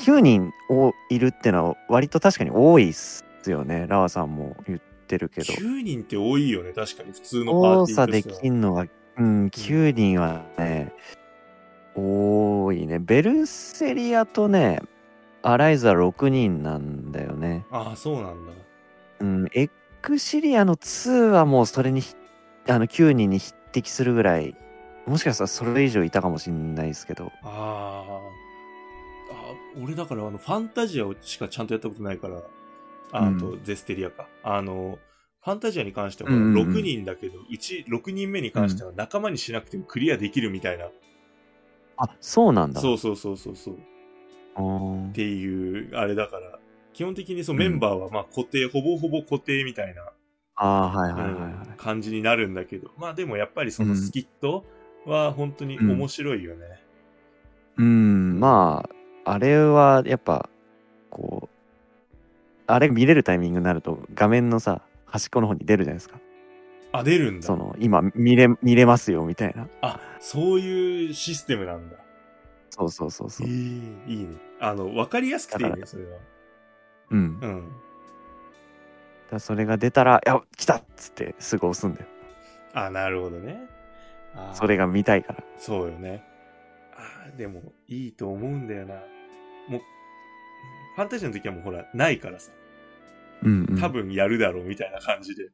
B: 9人をいるってのは割と確かに多いっすよねラワさんも言ってるけど
A: 9人って多いよね、確かに、普通のパ
B: 操
A: ーティー
B: 作
A: と
B: で
A: しては
B: きんのが、うん、9人はね、多いね。ベルセリアとね、アライズは6人なんだよね。
A: ああ、そうなんだ。
B: うん、エックシリアの2はもうそれにひ、あの、9人に匹敵するぐらい、もしかしたらそれ以上いたかもしれないですけど。
A: あーあ、俺だからあのファンタジアをしかちゃんとやったことないから、あ
B: うん
A: あとゼステリアか。あの、ファンタジアに関しては
B: うんうんうん
A: 6人だけど、うち6人目に関しては仲間にしなくてもクリアできるみたいな。
B: あ、そうなんだ。
A: そうそうそうそうそう。っ
B: あー
A: ていう、あれだから、基本的にそう
B: うん
A: メンバーはまあ固定、ほぼほぼ固定みたいな、
B: あー、はいはいはいは
A: う
B: い
A: ん。感じになるんだけど、まあでもやっぱりそのスキットは本当に面白いよね。
B: うん、まあ、あれはやっぱ、こう、あれ見れるタイミングになると、画面のさ、端っこの方に出るじゃないですか。
A: あ、出るんだ
B: そ。の、今見れ、見れますよ、みたいな。
A: あ、そういうシステムなんだ。
B: そうそうそうそう。
A: ええいいね。あの、わかりやすくてい
B: だ
A: い
B: か
A: ね、それは。
B: うん。だか
A: うん。
B: らそれが出たら、いや、来たっつって、すぐ押すんだよ。
A: あ、なるほどね。あ
B: それが見たいから。
A: そうよね。あーでも、いいと思うんだよな。もう、ファンタジーの時はもうほら、ないからさ、
B: うん、うん。
A: 多分やるだろうみたいな感じで。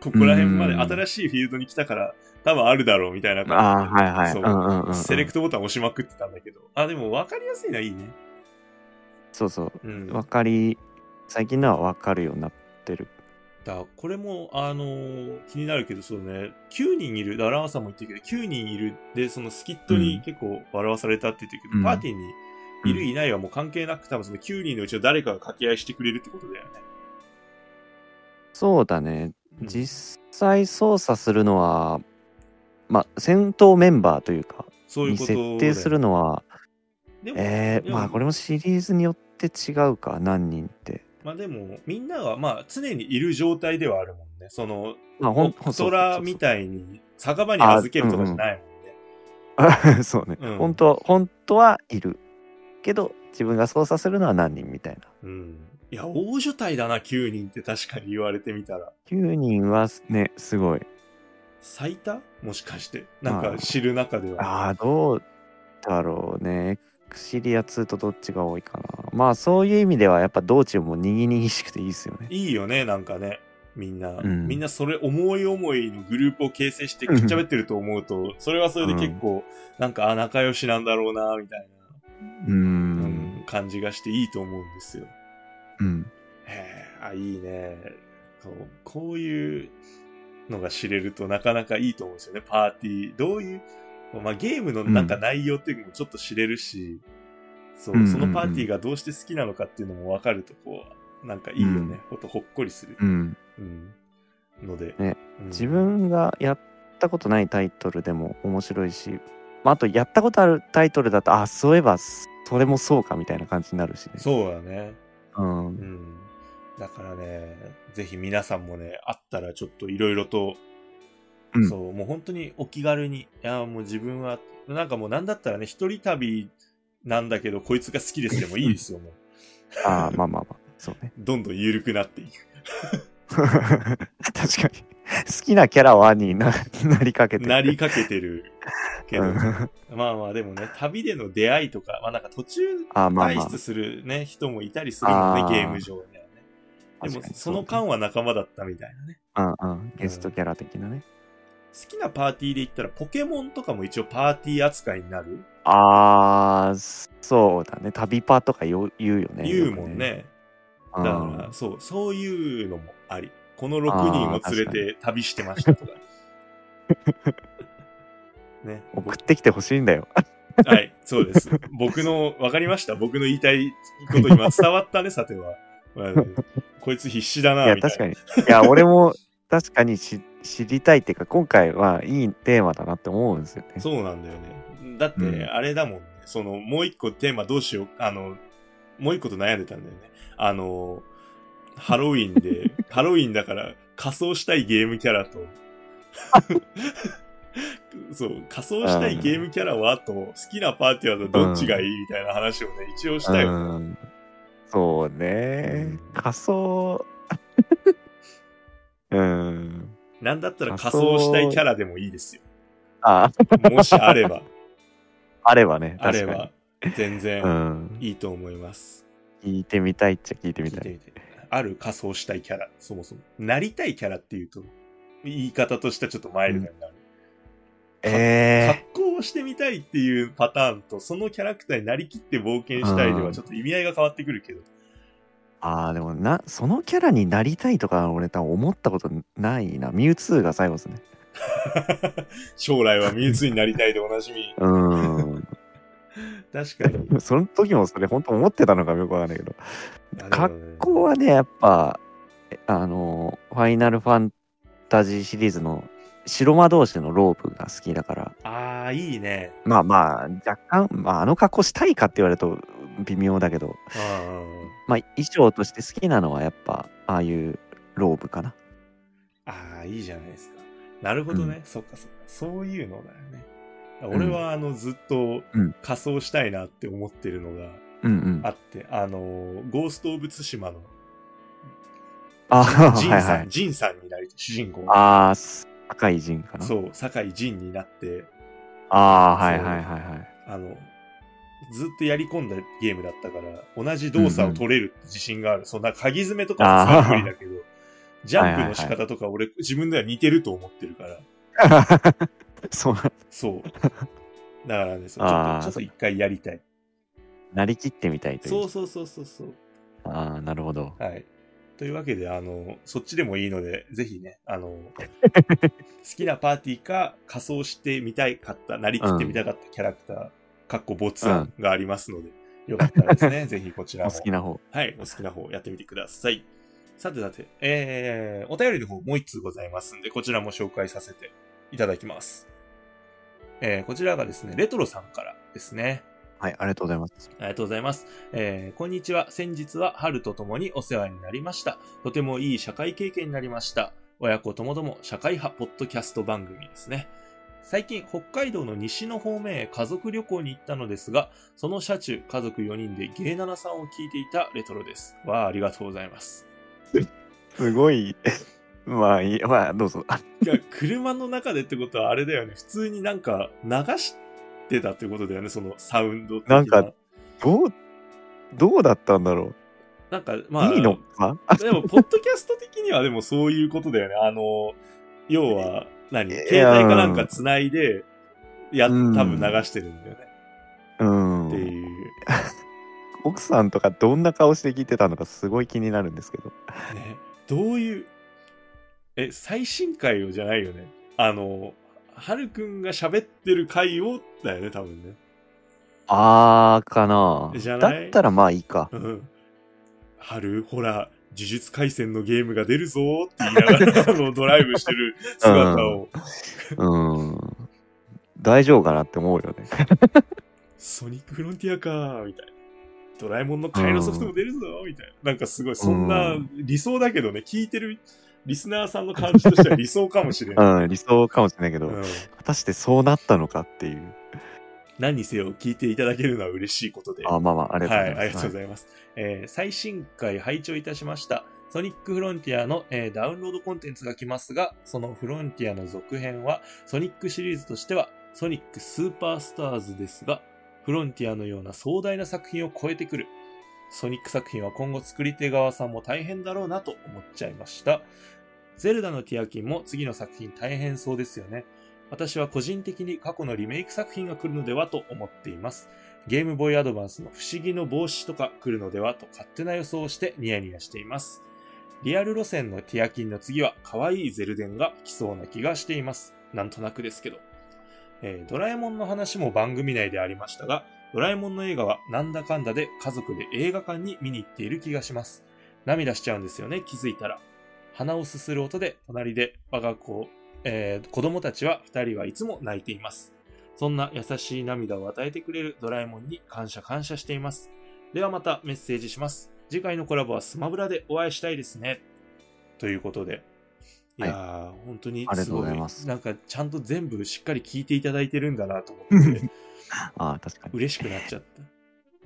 A: ここら辺まで新しいフィールドに来たから、多分あるだろうみたいな
B: あ
A: 感
B: あ、
A: じ
B: はいはい。
A: そううん
B: うんうんうん。
A: セレクトボタン押しまくってたんだけど。あ、でもわかりやすいのはいいね。
B: そうそうう。
A: ん。
B: わかり、最近のはわかるようになってる。
A: だこれも、あのー気になるけど、そうね、9人いる、だラーさんも言ってるけど、9人いる、で、そのスキット
B: う
A: に
B: ん
A: 結構笑わされたって言ってるけど、
B: うん
A: パーティーにいる、
B: うん
A: いないはもう関係なく、多分その9人のうちの誰かが掛け合いしてくれるってことだよね。
B: そうだね。
A: うん
B: 実際操作するのは、まあ、戦闘メンバーというか、
A: そういう
B: に
A: ことだよね
B: 設定するのは、
A: でも、
B: え
A: で
B: ー、
A: も
B: まあこれもシリーズによって違うか、何人って。
A: まあでも、みんなが、まあ、常にいる状態ではあるもんね。その、
B: まあ、ほんほ
A: オ
B: ん
A: ク
B: そ
A: ト
B: うそうそう
A: ラみたいに、酒場に預けるとかじゃないもん ね。
B: そうね、
A: うん
B: 本当は本当はいるけど自分が操作するのは何人みたいな
A: うん。いや、大所帯だな、9人って確かに言われてみたら。
B: 9人はねすごい
A: 最多もしかして。なんか知る中では。
B: ああどうだろうねエクシリア2とどっちが多いかなまあそういう意味ではやっぱ道中もにぎにぎしくていいですよね。
A: いいよね、なんかね。みんな、
B: うん
A: みんなそれ思い思いのグループを形成してくっちゃべってると思うと、それはそれで結構、なんか、あ、仲良しなんだろうな、みたい
B: うん
A: な、うん感じがしていいと思うんですよ。
B: うん
A: へえ、あ、いいね。そう、こういうのが知れるとなかなかいいと思うんですよね、パーティー。どういう、まあゲームのなんか
B: うん
A: 内容っていうのもちょっと知れるし、そうう、
B: ん
A: そのパーティーがどうして好きなのかっていうのもわかると、こう、なんかいいよね。ほんとほっこりする。
B: うん
A: うん。ので。
B: ね
A: うん
B: 自分がやったことないタイトルでも面白いし、まあ、あとやったことあるタイトルだとあそういえばそれもそうかみたいな感じになるしね。
A: そうだね。
B: うん
A: うん。だからね、ぜひ皆さんもね、あったらちょっといろいろと、
B: うん
A: そう、もう本当にお気軽に、いや、もう自分は、なんかもうなんだったらね、一人旅なんだけど、こいつが好きですでもいいですよ、もう。
B: あ あまあまあまあそうね。
A: どんどん緩くなっていく。
B: 確かに好きなキャラはにな なりかけて
A: なりかけてるけど、
B: うん
A: まあまあでもね、旅での出会いとか、まあなんか途中
B: ああまあ
A: 退
B: まあ
A: 出するね、人もいたりするもんね
B: あ、ー
A: ゲーム上ではね。で
B: 確
A: も
B: かに、
A: その間は仲間だったみたいなね。
B: うんうんゲストキャラ的なね、
A: 好きなパーティーで言ったら、ポケモンとかも一応パーティー扱いになる、
B: あーそうだね旅パとか言う言うよね
A: 言うもん
B: よ
A: ね。
B: くね
A: だから、そう、そういうのもあり。この6人を連れて旅してましたとか。 ね。
B: うん送ってきてほしいんだよ
A: はい、そうです。僕の、わかりました。僕の言いたいこと今伝わったね、さては。まあこいつ必死だ
B: い
A: な、
B: や
A: みたいな。
B: 確かにいや俺も確かにし知りたいっていうか今回はいいテーマだなって思うんですよね
A: そうなんだよね。だっ
B: うん
A: て、あれだもんね。その、もう一個テーマどうしよう。あの、もう一個と悩んでたんだよね。あの、ハロウィン で、ハロウィンだから仮装したいゲームキャ ラと、そう、仮装したいゲームキャラはと、好きなパーティーはどっちがいいみたいな話をね、一応したよ。
B: うんそうね、
A: うん
B: 仮想 うん
A: なんだったら仮
B: 仮装
A: 装したいキャラでもいいですよ。
B: あ
A: もしあれば、
B: あればね
A: あれ
B: 確かに
A: ば、全
B: う
A: 然
B: ん
A: いいと思います。
B: 聞いてみたいっちゃ聞いてみ
A: 聞い
B: た
A: て
B: い
A: みて。ある仮装したいキャラ、そもそも。なりたいキャラっていうと、言い方としてはちょっとマイルドになる。
B: え
A: 格好をしてみたいっていうパターンと、そのキャラクターになりきって冒険したいで
B: う
A: は
B: ん
A: ちょっと意味合いが変わってくるけど。
B: ー、ああでもなそのキャラになりたいとか俺多分思ったことないなミュウツーが最後ですね
A: 将来はミュウツーになりたいでおな じみ。
B: うーん。
A: 確かに。
B: その時もそれ本当思ってたのかよくわかんないけど。格好
A: は
B: はね、やっぱ、えあの、ファイナルファンタジーシリーズの白魔同士のロープが好きだから、
A: ああ、いいね。
B: まあまあ、若干、まああの格好したいかって言われると微妙だけど、
A: うん
B: まあ衣装として好きなのはやっぱ、ああいうローブかな。
A: ああ、いいじゃないですか。なるほどね。
B: う
A: そっかそっか。そういうのだよね。俺はあのずっと
B: うん
A: 仮装したいなって思ってるのが、
B: うんうん。
A: あって、あのーゴースト・オブ・ツシマ の
B: あ、
A: ジン
B: はい
A: さ
B: はい。
A: ん、ジンさんになりたい、主人公が。
B: ああ、す赤い陣かな。
A: そう、酒井ジンになって、
B: ああ、はい
A: そう
B: はいはいはい。
A: あの、ずっとやり込んだゲームだったから、同じ動作を取れるって自信がある。そんな鍵詰めとかはさすがに無理だけ ど、ジャンプの仕方とか俺、自分では似てると思ってるから、
B: そう
A: そう。だからね、そうちょ
B: あ
A: っ
B: ー
A: とちょっと一回やりたい。
B: なりきってみたいという
A: そうそうそうそうそう。
B: ああ、なるほど。
A: はい。というわけで、あの、そっちでもいいので、ぜひね、あ の、好きなパーティーか、仮装してみたいかった、なりきってみたかったキャラクター、かっこボツ案がありますので、よかったらで すね、ぜひこちら
B: お
A: も。
B: 好きな方。
A: はい、お好きな方やってみてください。さてさて、えー、お便りの方もう一通ございますんで、こちらも紹介させていただきます。えー、こちらがですね、レトロさんからですね。
B: はい、ありがとうございます。
A: ありがとうございます。えーこんにちは。先日は春と共にお世話になりました。とてもいい社会経験になりました。親子ともども社会派ポッドキャスト番組ですね。最近、北海道の西の方面へ家族旅行に行ったのですが、その車中、家族4人でゲイナナさんを聞いていたレトロです。わあ、ありがとうございます。
B: すごい。 まあいい、まあどうぞ。あ
A: い や車の中でってことはあれだよね。普通になんか流してたってことだよね。そのサウンド的
B: なんかどう、どうだったんだろ
A: なんか、
B: う、
A: まあ、
B: いいの か
A: でも、ポッドキャスト的にはでもそういうことだよね。あの、要は何、
B: いや
A: 携帯かなんか繋いで、や、多
B: うん
A: 分流してるんだよね。
B: う
A: って
B: ん
A: いう。
B: 奥さんとかどんな顔して聞いてたのかすごい気になるんですけど
A: ね、どういう、え、最新回をじゃないよね。あの、はるくんが喋ってる回をだよね、多分ね。
B: あーかな
A: じゃ
B: だ
A: ない
B: ったらまあいい か
A: うん。はる、ほら、呪術廻戦のゲームが出るぞーって言いながらあのドライブしてる姿を、
B: うん大丈夫かなって思うよね
A: ソニックフロンティアかー、みたいな。ドラえもんの替えのソフトも出るぞー、みたいな。なんかすごい、そんな
B: うん
A: 理想だけどね、聞いてるリスナーさんの感じとしては理想かもしれない。
B: うん理想かもしれないけど、
A: うん
B: 果たしてそうなったのかっていう
A: 何にせよ聞いていただけるのは嬉しいことで。
B: あまあまあありがとうございます、
A: はい、ありがとうございます。えー最新回拝聴いたしました。ソニックフロンティアの、えーダウンロードコンテンツが来ますが、そのフロンティアの続編は、ソニックシリーズとしては、ソニックスーパースターズですが、フロンティアのような壮大な作品を超えてくる。ソニック作品は今後作り手側さんも大変だろうなと思っちゃいました。ゼルダのティアキンも次の作品大変そうですよね。私は個人的に過去のリメイク作品が来るのではと思っています。ゲームボーイアドバンスの不思議の帽子とか来るのではと勝手な予想をしてニヤニヤしています。リアル路線のティアキンの次は可愛いゼルデンが来そうな気がしています。なんとなくですけど。えードラえもんの話も番組内でありましたが、ドラえもんの映画はなんだかんだで家族で映画館に見に行っている気がします。涙しちゃうんですよね、気づいたら。鼻をすする音で隣で我が子を、えー子供たちは2人はいつも泣いています。そんな優しい涙を与えてくれるドラえもんに感謝感謝しています。ではまたメッセージします。次回のコラボはスマブラでお会いしたいですね。ということで。いやー、本当に
B: ありが
A: す
B: とう
A: ご
B: ご
A: い
B: ざいます
A: なんかちゃんと全部しっかり聞いていただいてるんだなと思って、
B: あー確かに
A: 嬉しくなっちゃった。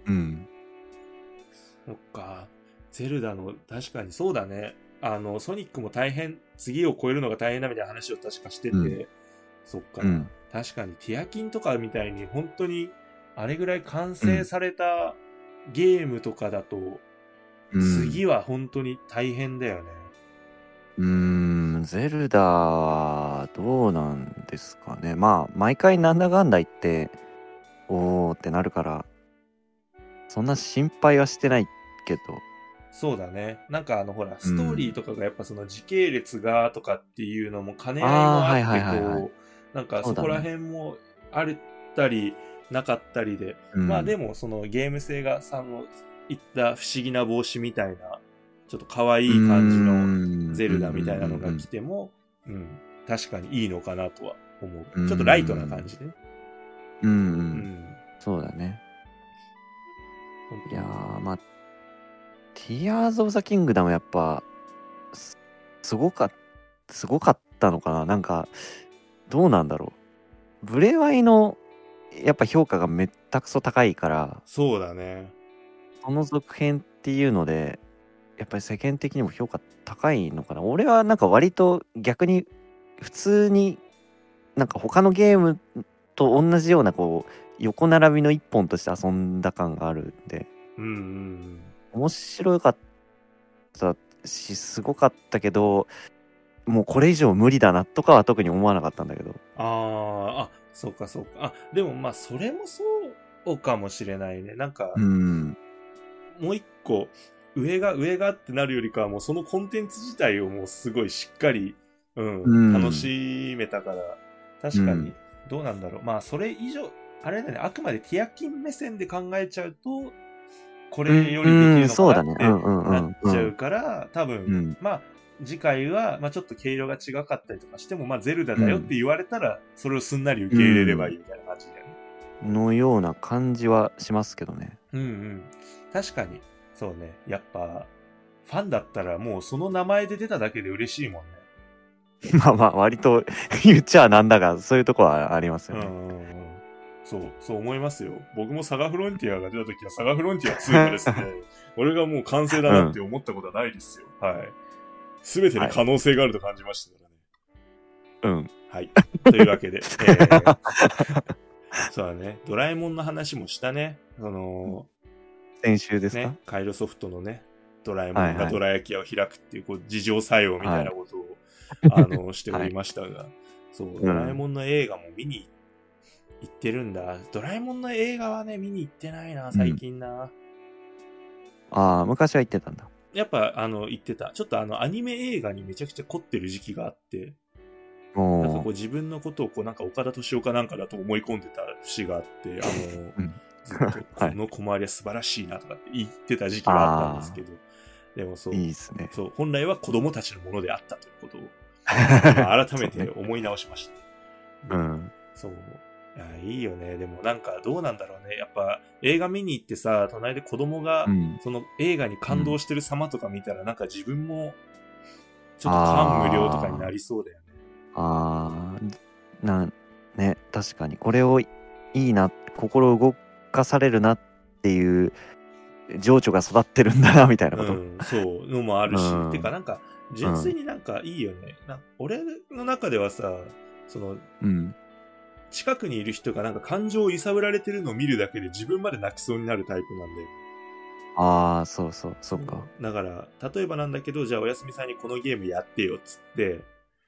B: うん
A: そっか。ゼルダの、確かにそうだね。あの、ソニックも大変、次を超えるのが大変だみたいな話を確かしてて、
B: うん
A: そっか、
B: うん
A: 確かにティアキンとかみたいに本当にあれぐらい完成されたゲームとかだと、
B: うん
A: 次は本当に大変だよね。
B: うーん、ゼルダはどうなんですかね。まあ、毎回なんだかんだ言って、おーってなるから、そんな心配はしてないけど、
A: そうだね。なんかあのほら、ストーリーとかがやっぱその時系列がとかっていうのも兼ね合いも
B: あーはいはい
A: あ
B: は
A: っ
B: い
A: て
B: は
A: こう、なんか
B: そ
A: そう
B: だ
A: こ
B: ね
A: ら辺もあったりなかったりで、
B: うん
A: まあでもそのゲーム性がさんの言った不思議な帽子みたいなちょっと可愛い感じの
B: の
A: ゼルダみたいなのが来ても、うん、確かにいいのかなとは思う。ちょっとライトな感じでね。
B: うん、うんう、
A: うんん。
B: そうだね。
A: 本当に
B: いやー、まあ、ティアーズ・オブ・ザ・キングダムやっぱ、すすごか、すごかったのかななんか、どうなんだろう。ブレワイの、やっぱ評価がめったくそ高いから、
A: そうだね。
B: その続編っていうので、やっぱり世間的にも評価高いのかな俺はなんか割と逆に普通になんか他のゲームと同じようなこう横並びの一本として遊んだ感があるんで
A: うんうんうん。
B: 面白かったしすごかったけどもうこれ以上無理だなとかは特に思わなかったんだけど
A: あーあ、そうかそうか。あ、でもまあ、それもそうかもしれないね。なんか
B: う、ん
A: もう一個、上が上がってなるよりかは、もうそのコンテンツ自体をもうすごいしっかり、うん、
B: うん
A: 楽しめたから、確か
B: う
A: に
B: ん、
A: どうなんだろう。まあ、それ以上、あれだね、あくまでティアキン目線で考えちゃうと、これ
B: う
A: よりできる
B: ん
A: の
B: そうだ
A: か
B: ね
A: なって
B: うんうんう
A: なっ
B: んう
A: ちゃうんから、多分、
B: うん
A: まあ、次回は、まあ、ちょっと毛色が違かったりとかしても、まあ、ゼルダだよって言われたら、それをすんなり受け入れればいいみたいな感じだよね。
B: のような感じはしますけどね
A: うんうん。確かに、そうね。やっぱ、ファンだったらもうその名前で出ただけで嬉しいもんね。
B: まあまあ、割と言っちゃなんだが、そういうとこはあります
A: う
B: よ
A: ん
B: ね。
A: うんうん。そう、そう思いますよ。僕もサガフロンティアが出た時はサガフロンティア2がです ね、俺がもう完成だなって思ったことはないですよ。はい。すべてに可能性があると感じましたからね。
B: うん。
A: はい。というわけで。え ーそうだね。ドラえもんの話もしたね。その、
B: 先週ですか、
A: ね、カイロソフトのね、ドラえもん
B: はいは
A: が
B: い
A: ドラ焼き屋を開くっていう、こう、事情作用みたいなことを、あ の、しておりましたが、そう、ドラえもんの映画も見に行ってるんだ。ドラえもんの映画はね、見に行ってないな、最近な。
B: ああ、昔は言ってたんだ。
A: やっぱ、あの、行ってた。ちょっとあの、アニメ映画にめちゃくちゃ凝ってる時期があって、なんかこ
B: お
A: う、自分のことを、こう、なんか岡田敏夫かなんかだと思い込んでた節があって、
B: う
A: あの、
B: ん
A: ずっと、この小回りは素晴らしいなとかって言ってた時期があったんですけど、でもそう
B: ー、いいですね。
A: そう、本来は子供たちのものであったという ことを、まあ改めて思い直しました。
B: うん。
A: そう。いや、いいよね。でもなんかどうなんだろうね。やっぱ映画見に行ってさ、隣で子供が
B: う、ん。
A: その映画に感動してる様とか見たら、なんか自分も、ちょっと感無量とかになりそうだよね。
B: ああ、なん、ね、確かに。これをいいな、心動かされるなっていう情緒が育ってるんだな、みたいなこと。
A: うん、そうのもあるし、
B: うん
A: てかなんか純粋になんかいいよね、な俺の中ではさその
B: うん。
A: 近くにいる人がなんか感情を揺さぶられてるのを見るだけで自分まで泣きそうになるタイプなんで
B: ああ、そうそう、そっか。
A: だから例えばなんだけどじゃあおやすみさんにこのゲームやってよっつって、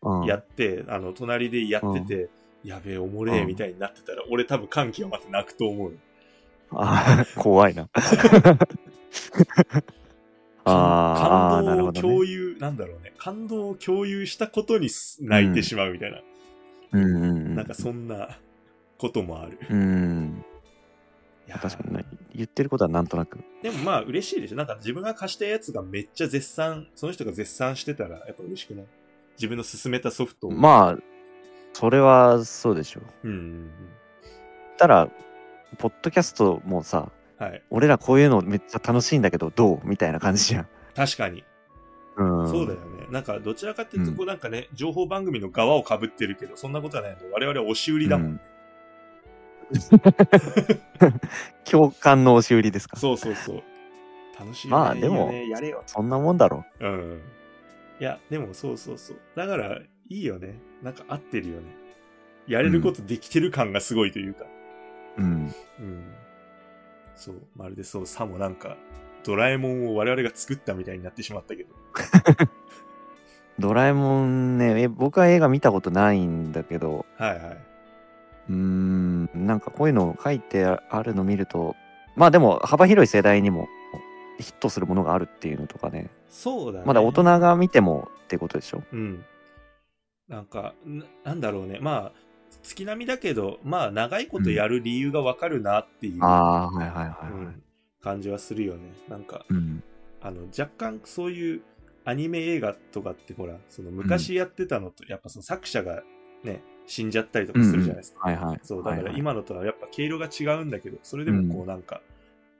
B: うん。
A: やってあの隣でやってて、やべえおもれえ
B: うん
A: みたいになってたら、俺多分歓喜をまた泣くと思うよ
B: あー怖い な。 ああ、
A: 感
B: なる
A: 動を
B: ほど、ね
A: 共。有、なんだろうね感動を共有したことに泣いてしまうみたいな、
B: うんうんうん。
A: なんかそんなこともある。
B: うん。
A: いやー
B: 確かにね、言ってることはなんとなく。
A: でもまあ嬉しいでしょ。なんか自分が貸したやつがめっちゃ絶賛、その人が絶賛してたらやっぱ嬉しくない自分の勧めたソフトを。
B: まあ、それはそうでしょう。
A: うん。
B: たら、ポッドキャストもさ、
A: はい。
B: 俺らこういうのめっちゃ楽しいんだけど、どうみたいな感じじゃん。
A: 確かに。
B: うん。
A: そうだよね。なんかどちらかっていうと、
B: うん
A: こうなんかね、情報番組の側をかぶってるけど、そんなことはないので、我々は押し売りだもん。
B: うん。 共感の押し売りですか。
A: そうそうそう。楽しいよね。
B: まあでも
A: いいよねやれよ。
B: そんなもんだろ
A: うん。いや、でもそうそうそう。だから、いいよね。なんか合ってるよね。やれることできてる感がすごいというか。
B: う。うん。
A: うん。そう、まるでそう、さもなんか、ドラえもんを我々が作ったみたいになってしまったけど。
B: ドラえもんね、え僕は映画見たことないんだけど、
A: はいはい。
B: うーん、なんかこういうの書いてあるの見ると、まあでも幅広い世代にもヒットするものがあるっていうのとかね、
A: そうだね。
B: まだ大人。が見てもってことでしょ。
A: うん。なんか、ななんだろうね。まあ、月並みだけど、まあ、長いことやる理由がわかるなっていう、
B: ああ、はいはいは
A: う
B: いはい。
A: ん、感じはするよね。なんか、
B: うん。
A: あの、若干そういうアニメ映画とかって、ほら、その昔やってたのと、やっぱその作者がね、死んじゃったりとかするじゃないですか。
B: はいはい。
A: そう、だか
B: はい
A: ら
B: はい
A: 今のとはやっぱ毛色が違うんだけど、それでもこうなんか、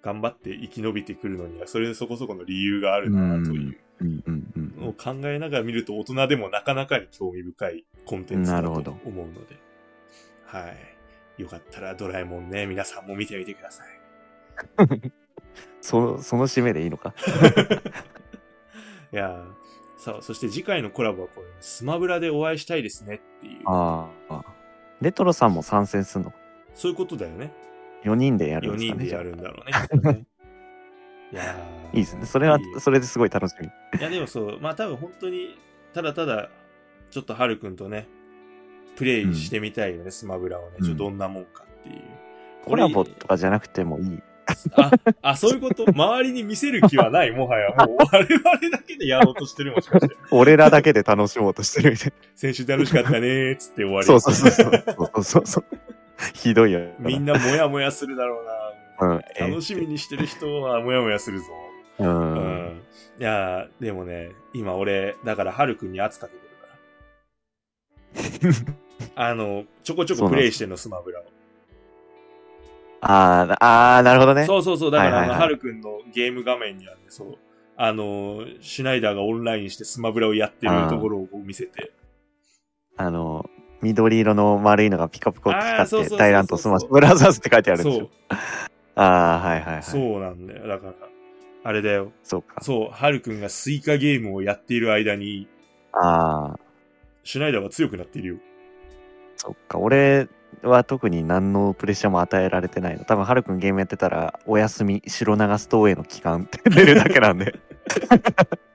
A: 頑張って生き延びてくるのには、それそこそこの理由があるなという
B: うんうんうん
A: のを考えながら見ると、大人でもなかなかに興味深いコンテンツだ
B: な
A: と
B: る
A: 思
B: ほ
A: う
B: ど
A: ので、はい。よかったらドラえもんね、皆さんも見てみてください。
B: そその締めでいいのか
A: いやーさあ、そして次回のコラボはこれ、スマブラでお会いしたいですねっていう、
B: ああ。レトロさんも参戦するの
A: そういうことだよね。
B: ?4 人でやる
A: 4
B: んですか
A: 人
B: ね。
A: でやるんだろうね。 いやー
B: いいですね。それは、
A: いいよ
B: それですごい楽しみ。
A: いやでもそう、まあ多分本当に、ただただ、ちょっとハルくんとね、プレイしてみたいよね、スマブラをね、
B: うん
A: ちょっとどんなもんかっていう。
B: コラボ
A: 俺
B: とかじゃなくてもいい。
A: あ、あ、そういうこと周りに見せる気はない、もはや。もう我々だけでやろうとしてるもし かして。
B: 俺らだけで楽しもうとしてる みたい
A: 先週楽しかったねー、つって終わ
B: な。
A: り。
B: そうそうそうそう。そうそう そう。ひどいよ。
A: みんなモヤモヤするだろうな。
B: うん、
A: 楽しみにしてる人はモヤモヤするぞ。
B: えー。
A: う
B: うん。
A: ん。いやーでもね、今俺、だからハルくんに圧かけてるか ら。あの、ちょこちょこプレイしてんの、スマブラを。
B: あーあー、なるほどね。
A: そうそうそう、だから、
B: はいはいはい
A: あの、はるくんのゲーム画面にはね、そう、あの、シュナイダーがオンラインしてスマブラをやってるところをこう見せて、
B: あの、緑色の丸いのがピカピカ
A: あー
B: 光
A: そうそう
B: っ
A: そうそう
B: て、大乱闘スマッシュブラザーズって書いてあるんで
A: そ
B: すよ
A: う。、
B: ああ、はいはいはい。そう
A: そうなんだよ。だから、あれだよ。
B: か。
A: そう、はるくんがスイカゲームをやっている間に、
B: ああ、
A: シュナイダーは強くなっているよ。
B: そっか。俺は特に何のプレッシャーも与えられてないの。多分、はるくんゲームやってたら、お休み、白長ストへの期間って出るだけなん で、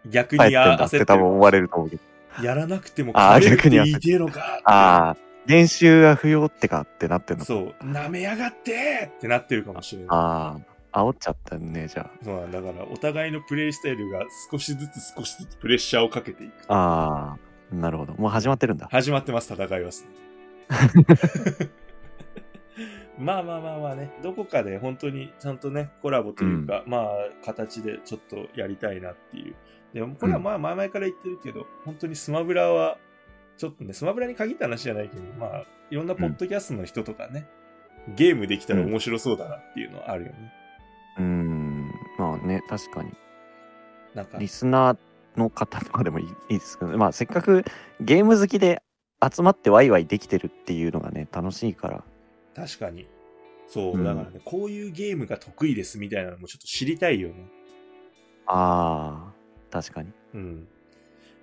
A: 逆
B: 帰ってん
A: に
B: だ
A: あ焦
B: っ
A: って
B: て
A: る
B: 多分思われると思うけど。
A: やらなくても
B: あー
A: 勝れるって
B: 逆に焦
A: 言
B: って
A: いてえのか。
B: ああ、練習は不要ってかってなってんのか。
A: そう、舐めやがってってなってるかもしれない。
B: ああ、煽っちゃったね、じゃ
A: そうなんだから、お互いのプレイスタイルが少しずつ少しずつプレッシャーをかけていく。
B: あ。ああ、なるほど。もう始まってるんだ。
A: 始まってます、戦いはす。まあまあまあまあね、どこかで本当にちゃんとね、コラボというか、まあ、形でちょっとやりたいなっていう。でも、これはまあ、前々から言ってるけど、本当にスマブラは、ちょっとね、スマブラに限った話じゃないけど、まあ、いろんなポッドキャストの人とかね、ゲームできたら面白そうだなっていうのはあるよね。
B: うーん、まあね、確かに。
A: なんか、
B: リスナーの方とかでもいいいいですけど、まあ、せっかくゲーム好きで集まってワイワイできてるっていうのがね、楽しいから。
A: 確かに。そ
B: う
A: う、
B: ん
A: だからね、こういうゲームが得意ですみたいなのもちょっと知りたいよね。
B: ああ、確かに。
A: うん。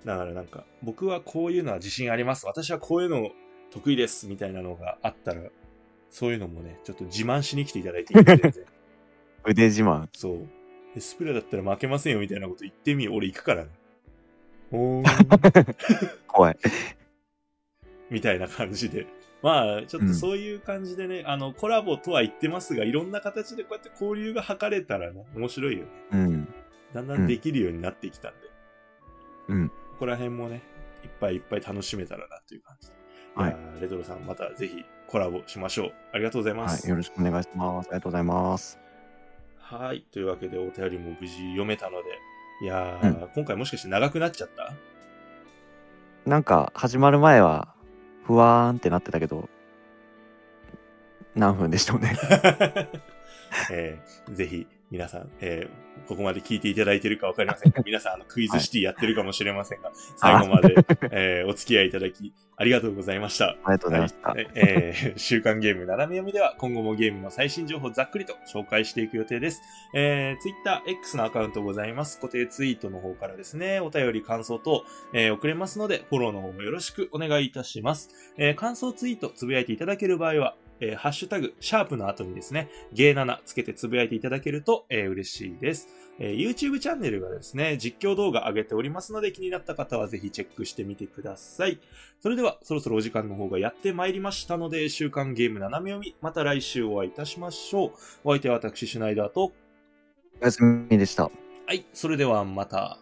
A: だからなんか、僕はこういうのは自信あります。私はこういうの得意です。みたいなのがあったら、そういうのもね、ちょっと自慢しに来ていただいていいんで全 然
B: 腕自慢。
A: そう。エスプラだったら負けませんよみたいなこと言ってみ、俺行くからね。おーん
B: 怖い。
A: みたいな感じで。まあ、ちょっとそういう感じでね、あの、コラボとは言ってますが、いろんな形でこうやって交流が図れたらね、面白いよね。
B: うん。
A: だんだんできるようになってきたんで、
B: うん
A: ここら辺もね、いっぱいいっぱい楽しめたらなという感じで。
B: はい
A: やーレトロさん、またぜひコラボしましょう。ありがとうございま
B: は
A: す。
B: い。よろしくお願いします。ありがとうございます。
A: はい。というわけで、お便りも無事読めたので、いやー、今回もしかして長くなっち ゃった
B: なんか、始まる前は、ふわーんってなってたけど、何分でしょうね。
A: えーぜひ皆さん、えーここまで聞いていただいてるかわかりませんが、皆さんあのクイズシティやってるかもしれませんが、最後 まで、えーお付き合いいただきありがとうございました。
B: ありがとうございました。
A: はい、えー 週刊ゲーム斜め読みでは今後もゲームの最新情報をざっくりと紹介していく予定です。えー、Twitter、X のアカウントございます。固定ツイートの方からですね、お便り、感想等、えー送れますので、フォローの方もよろしくお願いいたします。えー感想ツイート、つぶやいていただける場合は、えーハッシュタグ、シャープの後にですね、ゲー7つけてつぶやいていただけると、えー嬉しいです。えー YouTube チャンネルがですね、実況動画上げておりますので、気になった方はぜひチェックしてみてください。それでは、そろそろお時間の方がやってまいりましたので、週刊ゲーム斜め読み、また来週お会いいたしましょう。お相手は私、シュナイダーと、
B: おやすみでした。
A: はい、それではまた。